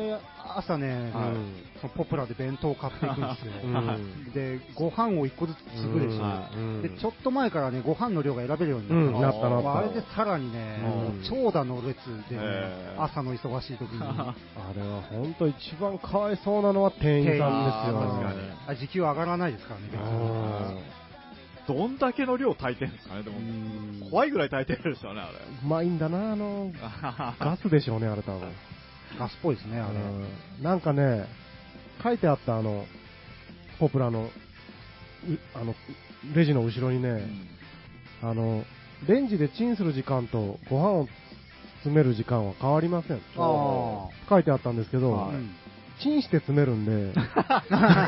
[SPEAKER 3] 朝ね、
[SPEAKER 1] う
[SPEAKER 2] はい
[SPEAKER 1] ん
[SPEAKER 3] そのポプラで弁当を買っていくんですよ。
[SPEAKER 1] うん
[SPEAKER 3] で、ご飯を1個ずつつぐでしょ。
[SPEAKER 1] うん
[SPEAKER 3] で、ちょっと前からね、ご飯の量が選べるようになったの
[SPEAKER 1] うんなったなった
[SPEAKER 3] まああれでさらにね、
[SPEAKER 1] うん
[SPEAKER 3] 長蛇の列でね、
[SPEAKER 2] へえ
[SPEAKER 3] 朝の忙しい時 に。
[SPEAKER 2] あ
[SPEAKER 1] あれは本当一番かわいそうなのは店員さん
[SPEAKER 2] 店員
[SPEAKER 1] で
[SPEAKER 2] さん
[SPEAKER 1] すよ。
[SPEAKER 3] あ時給上がらないですからね、別に。
[SPEAKER 2] どんだけの量炊いてるんですかね、でも。怖いぐらい炊いてるんですよね、あれ。
[SPEAKER 1] うまいんだな、あの、ガスでしょうね、あれ多分。
[SPEAKER 3] ガスっぽいですね、あれ。
[SPEAKER 1] うんなんかね、書いてあったあの、ポプラの、うあの、レジの後ろに
[SPEAKER 2] う
[SPEAKER 1] ね、
[SPEAKER 2] ん
[SPEAKER 1] あの、レンジでチンする時間とご飯を詰める時間は変わりません。
[SPEAKER 3] あ
[SPEAKER 1] 書いてあったんですけど、
[SPEAKER 3] あ。うん
[SPEAKER 1] チンして詰めるん で、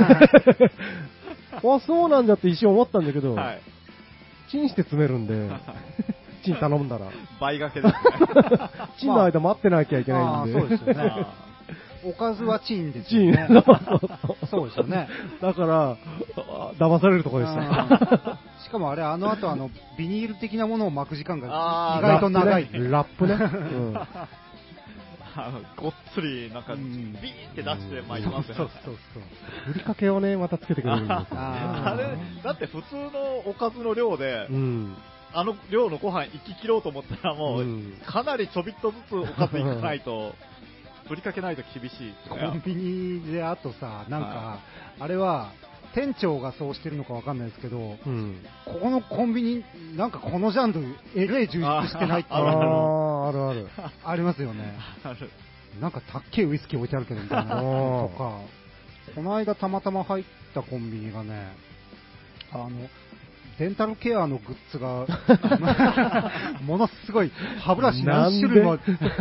[SPEAKER 1] あ、そうなんだって一瞬思ったんだけど、
[SPEAKER 2] はい。
[SPEAKER 1] チンして詰めるん で、チン頼んだら、
[SPEAKER 2] 倍掛けですね。
[SPEAKER 1] チンの間待ってなきゃいけないんで、
[SPEAKER 3] まあそうですよね
[SPEAKER 2] あ
[SPEAKER 3] おかずはチンです
[SPEAKER 1] チン
[SPEAKER 3] よね。そうですよね。
[SPEAKER 1] だから、あ騙されるとこでした。
[SPEAKER 3] あーしかもあれ、あの後、あの、ビニール的なものを巻く時間が
[SPEAKER 2] あー
[SPEAKER 3] 意外と長い。
[SPEAKER 1] ラップね。ラップねうん
[SPEAKER 2] あのごっつり、なんか、
[SPEAKER 3] う
[SPEAKER 2] ビ
[SPEAKER 3] ん
[SPEAKER 2] ーって出して巻いてますよね。
[SPEAKER 3] そうそう。
[SPEAKER 1] ふりかけをね、またつけてくれるんですよね。
[SPEAKER 3] あ
[SPEAKER 2] あれ、だって普通のおかずの量で
[SPEAKER 1] う、ん。
[SPEAKER 2] あの量のご飯行き切ろうと思ったらも
[SPEAKER 1] う
[SPEAKER 2] う、
[SPEAKER 1] ん
[SPEAKER 2] かなりちょびっとずつおかずいかないと、ふりかけないと厳しいです
[SPEAKER 3] コ
[SPEAKER 2] ね
[SPEAKER 3] ン。ビニであとさ、なんか
[SPEAKER 2] は、
[SPEAKER 3] あれは、店長がそうしてるのかわかんないですけど、
[SPEAKER 1] うん。
[SPEAKER 3] ここのコンビニ、なんかこのジャンル、えらい充実してないって
[SPEAKER 1] あ
[SPEAKER 2] あるある
[SPEAKER 1] あ、あるある。
[SPEAKER 3] ありますよね。
[SPEAKER 2] ある
[SPEAKER 3] なんかたっけえウイスキー置いてあるけどみたい な
[SPEAKER 1] あー
[SPEAKER 3] とか、この間たまたま入ったコンビニがね、あの、デンタルケアのグッズ が、ものすごい、歯ブラシ何種類も、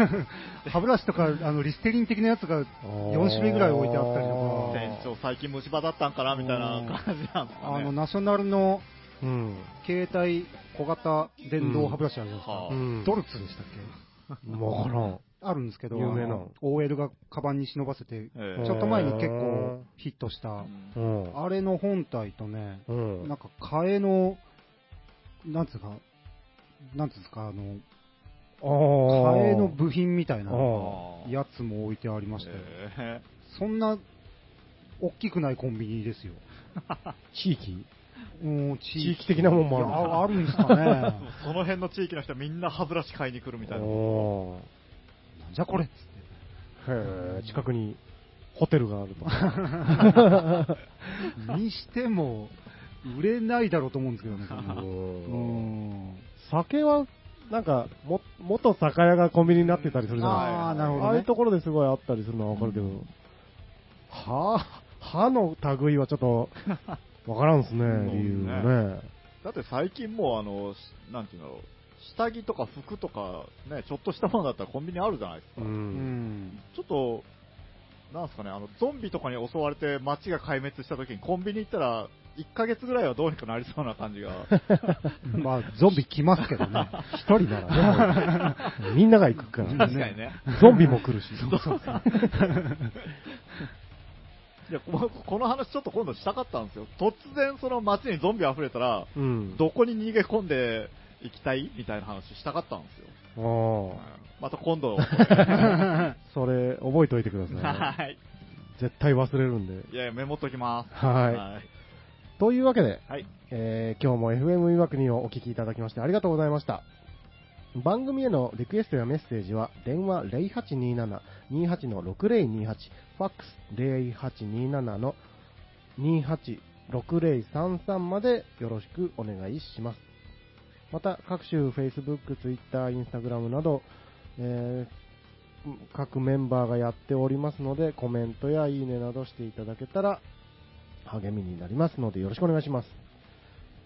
[SPEAKER 3] 歯ブラシとか、あの、リステリン的なやつが4種類ぐらい置いてあったりと
[SPEAKER 1] あー
[SPEAKER 2] 店長最近虫歯だったんかなみたいな感じなんです
[SPEAKER 3] か、あの、
[SPEAKER 2] かね。
[SPEAKER 3] ナショナルの
[SPEAKER 1] うん。
[SPEAKER 3] 携帯小型電動歯ブラシあるじゃないですか。
[SPEAKER 2] は
[SPEAKER 1] ん
[SPEAKER 3] ドルツでしたっけ
[SPEAKER 1] わからん。
[SPEAKER 3] あるんですけど、
[SPEAKER 1] 有名な
[SPEAKER 3] あの OL がカバンに忍ばせて、
[SPEAKER 2] え
[SPEAKER 1] うん
[SPEAKER 2] え
[SPEAKER 3] ちょっと前に結構ヒットした、
[SPEAKER 1] うん。
[SPEAKER 3] あれの本体とね、
[SPEAKER 1] うん
[SPEAKER 3] なんか替えの、なんつうか、なんつうんですか、あの、替えの部品みたいな
[SPEAKER 1] あ
[SPEAKER 2] あー
[SPEAKER 3] やつも置いてありましたよ。
[SPEAKER 2] え
[SPEAKER 3] そんな、大きくないコンビニですよ。
[SPEAKER 1] 地域
[SPEAKER 3] うん
[SPEAKER 1] 地域的なもんもある
[SPEAKER 3] いやあるんで すかね。
[SPEAKER 2] えその辺の地域の人はみんな歯ブラシ買いに来るみたいな。
[SPEAKER 1] お
[SPEAKER 3] なんじゃこれっつって
[SPEAKER 1] ーへー近くにホテルがあると。
[SPEAKER 3] にしても、売れないだろうと思うんですけどね。
[SPEAKER 1] う
[SPEAKER 3] うんん。
[SPEAKER 1] 酒はなんか、も、元酒屋がコンビニになってたりするじゃない
[SPEAKER 3] あーなるほど
[SPEAKER 1] ああ
[SPEAKER 3] ね
[SPEAKER 1] いうところですごいあったりするのはわかるけど、はぁ、歯の類はちょっと、わからんっすね、
[SPEAKER 2] ん
[SPEAKER 1] 理由がね。
[SPEAKER 2] だって最近もうあの、しなんていうんだろう、下着とか服とか、ね、ちょっとしたものだったらコンビニあるじゃないですか。
[SPEAKER 1] う。
[SPEAKER 3] うんん。
[SPEAKER 2] ちょっと、なんすかね、あの、ゾンビとかに襲われて街が壊滅した時にコンビニ行ったら、1ヶ月ぐらいはどうにかなりそうな感 じが。
[SPEAKER 3] まあ、ゾンビ来ますけどね。
[SPEAKER 1] 一人な らね、みんなが行くから。
[SPEAKER 2] 確かにね。
[SPEAKER 1] ゾンビも来るし。
[SPEAKER 2] いや、ここの話ちょっと今度したかったんですよ。突然その街にゾンビ溢れたら、
[SPEAKER 1] うん。
[SPEAKER 2] どこに逃げ込んで行きたいみたいな話したかったんですよ。
[SPEAKER 1] あー
[SPEAKER 2] また今 度。
[SPEAKER 1] それ、覚えておいてくださ
[SPEAKER 2] はい。
[SPEAKER 1] い。絶対忘れるんで。
[SPEAKER 2] いや、メモっときます。
[SPEAKER 1] は
[SPEAKER 2] はい。
[SPEAKER 1] い。というわけで、
[SPEAKER 2] はい。
[SPEAKER 1] えー今日も FM いわくにをお聞きいただきましてありがとうございました。番組へのリクエストやメッセージは、電話0827-28の6028、ファックス0827の286033までよろしくお願いします。また、各種 Facebook、Twitter、Instagram など、えー各メンバーがやっておりますので、コメントやいいねなどしていただけたら励みになりますのでよろしくお願いします。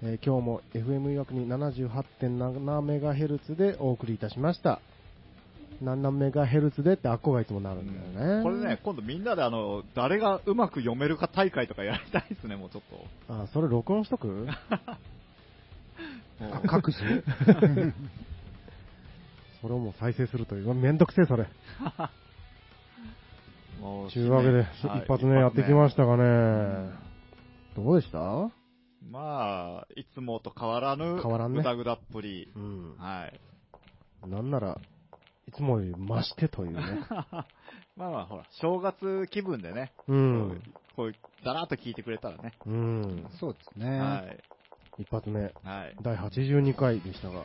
[SPEAKER 1] えー今日も FM 曰くに 78.7MHz でお送りいたしました。7メガヘルツでってアッコがいつもなるんだよね。
[SPEAKER 2] これね、。今度みんなであの、誰がうまく読めるか大会とかやりたいですね、もうちょっと。
[SPEAKER 1] あ、それ録音しとく
[SPEAKER 2] もう
[SPEAKER 3] あ 各自。
[SPEAKER 1] それをもう再生するという。うわめんどくせえ、それ。
[SPEAKER 2] もう
[SPEAKER 1] というわけで、
[SPEAKER 2] はい
[SPEAKER 1] 一発目やってきましたがね。
[SPEAKER 2] ん
[SPEAKER 1] どうでした
[SPEAKER 2] まあ、いつもと変わらぬ、
[SPEAKER 1] 変わらんね
[SPEAKER 2] ぐだぐだっぷり。
[SPEAKER 1] うん。
[SPEAKER 2] はい。
[SPEAKER 1] なんなら、いつもより増してという ね。
[SPEAKER 2] まあまあ、ほら、正月気分でね、
[SPEAKER 1] う。
[SPEAKER 2] こうんこういう、だらっと聞いてくれたらね。
[SPEAKER 1] うん。
[SPEAKER 3] そうですね。
[SPEAKER 2] はい。
[SPEAKER 1] 一発目。
[SPEAKER 2] はい。
[SPEAKER 1] 第82回でしたが。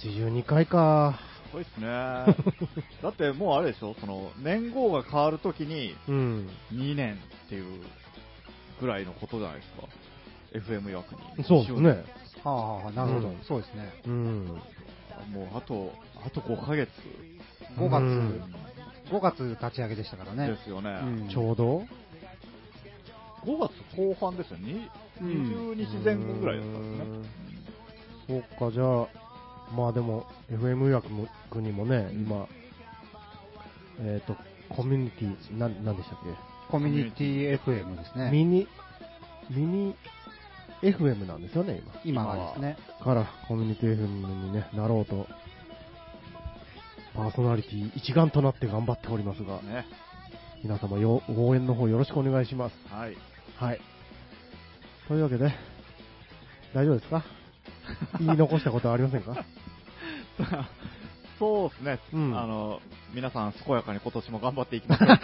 [SPEAKER 1] 82回か。
[SPEAKER 2] すごいっすね。 だってもうあれでしょ、その、年号が変わるときに、
[SPEAKER 1] うん。
[SPEAKER 2] 2年っていうぐらいのことじゃないですか。FM 役に。
[SPEAKER 1] そうですね。
[SPEAKER 3] はあはあ、なるほど、
[SPEAKER 1] うん
[SPEAKER 3] そうですね。
[SPEAKER 1] うん。
[SPEAKER 2] もうあと、あと5ヶ月。
[SPEAKER 3] 5月、
[SPEAKER 1] うん
[SPEAKER 3] 5月立ち上げでしたからね
[SPEAKER 2] で。すよね。
[SPEAKER 3] うん
[SPEAKER 1] ちょうど
[SPEAKER 2] 5月後半ですよね。
[SPEAKER 3] う
[SPEAKER 2] 20
[SPEAKER 3] ん
[SPEAKER 2] 日前後ぐらいだったんですね。
[SPEAKER 1] そうか、じゃあ、まあでも、FM 予約も国もね、今、えっ、と、コミュニティ、な、なんでしたっ
[SPEAKER 3] コミュニティ FM です
[SPEAKER 1] け、
[SPEAKER 3] ね。
[SPEAKER 1] ミニ、ミニ FM なんですよね、今。
[SPEAKER 3] 今はですね。
[SPEAKER 1] から、コミュニティ FM に、ね、なろうと、パーソナリティ一丸となって頑張っておりますが、
[SPEAKER 2] ね。
[SPEAKER 1] 皆様よ、応援の方よろしくお願いします。
[SPEAKER 2] はい。
[SPEAKER 1] はい。というわけで、大丈夫ですか言い残したことはありませんか
[SPEAKER 2] そうですね、
[SPEAKER 1] うん。
[SPEAKER 2] あの、皆さん、健やかに今年も頑張っていきましょう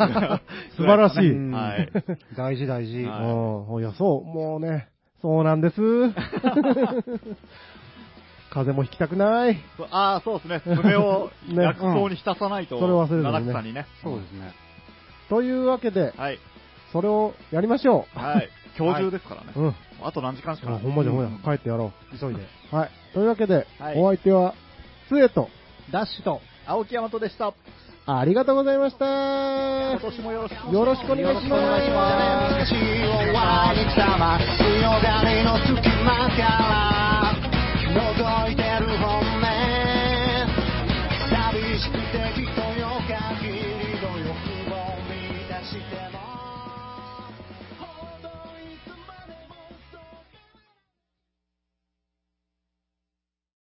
[SPEAKER 1] 素晴らしい
[SPEAKER 3] うん
[SPEAKER 2] はい。
[SPEAKER 3] 大事大事。
[SPEAKER 2] はい
[SPEAKER 1] うん、いや、そう、もうね、そうなんです。 風邪もひきたくない。
[SPEAKER 2] そうああ、そうですね。爪を
[SPEAKER 1] ね
[SPEAKER 2] 薬草に浸さないと、
[SPEAKER 1] うんそれ忘れずにね
[SPEAKER 2] 奈良さんにね。
[SPEAKER 3] そうですね。
[SPEAKER 1] というわけで、
[SPEAKER 2] はい。
[SPEAKER 1] それをやりましょ
[SPEAKER 2] はい。今日中ですからね。
[SPEAKER 1] う。うん。
[SPEAKER 2] あと何時間しか
[SPEAKER 1] あ
[SPEAKER 2] ない。
[SPEAKER 1] ほんまじゃほんま
[SPEAKER 2] う
[SPEAKER 1] じゃ、帰ってやろ
[SPEAKER 3] 急いで。
[SPEAKER 1] う。はい。というわけで、
[SPEAKER 2] はい
[SPEAKER 1] お相手は、つえと、
[SPEAKER 2] ダッシュと、青木大和でした。
[SPEAKER 1] ありがとうございました。
[SPEAKER 2] 今年もよろしく。
[SPEAKER 1] よろしくお願いし
[SPEAKER 4] お願いし
[SPEAKER 1] ま
[SPEAKER 4] ます。
[SPEAKER 1] す
[SPEAKER 4] 血を笑いにたま、うのだりの隙間から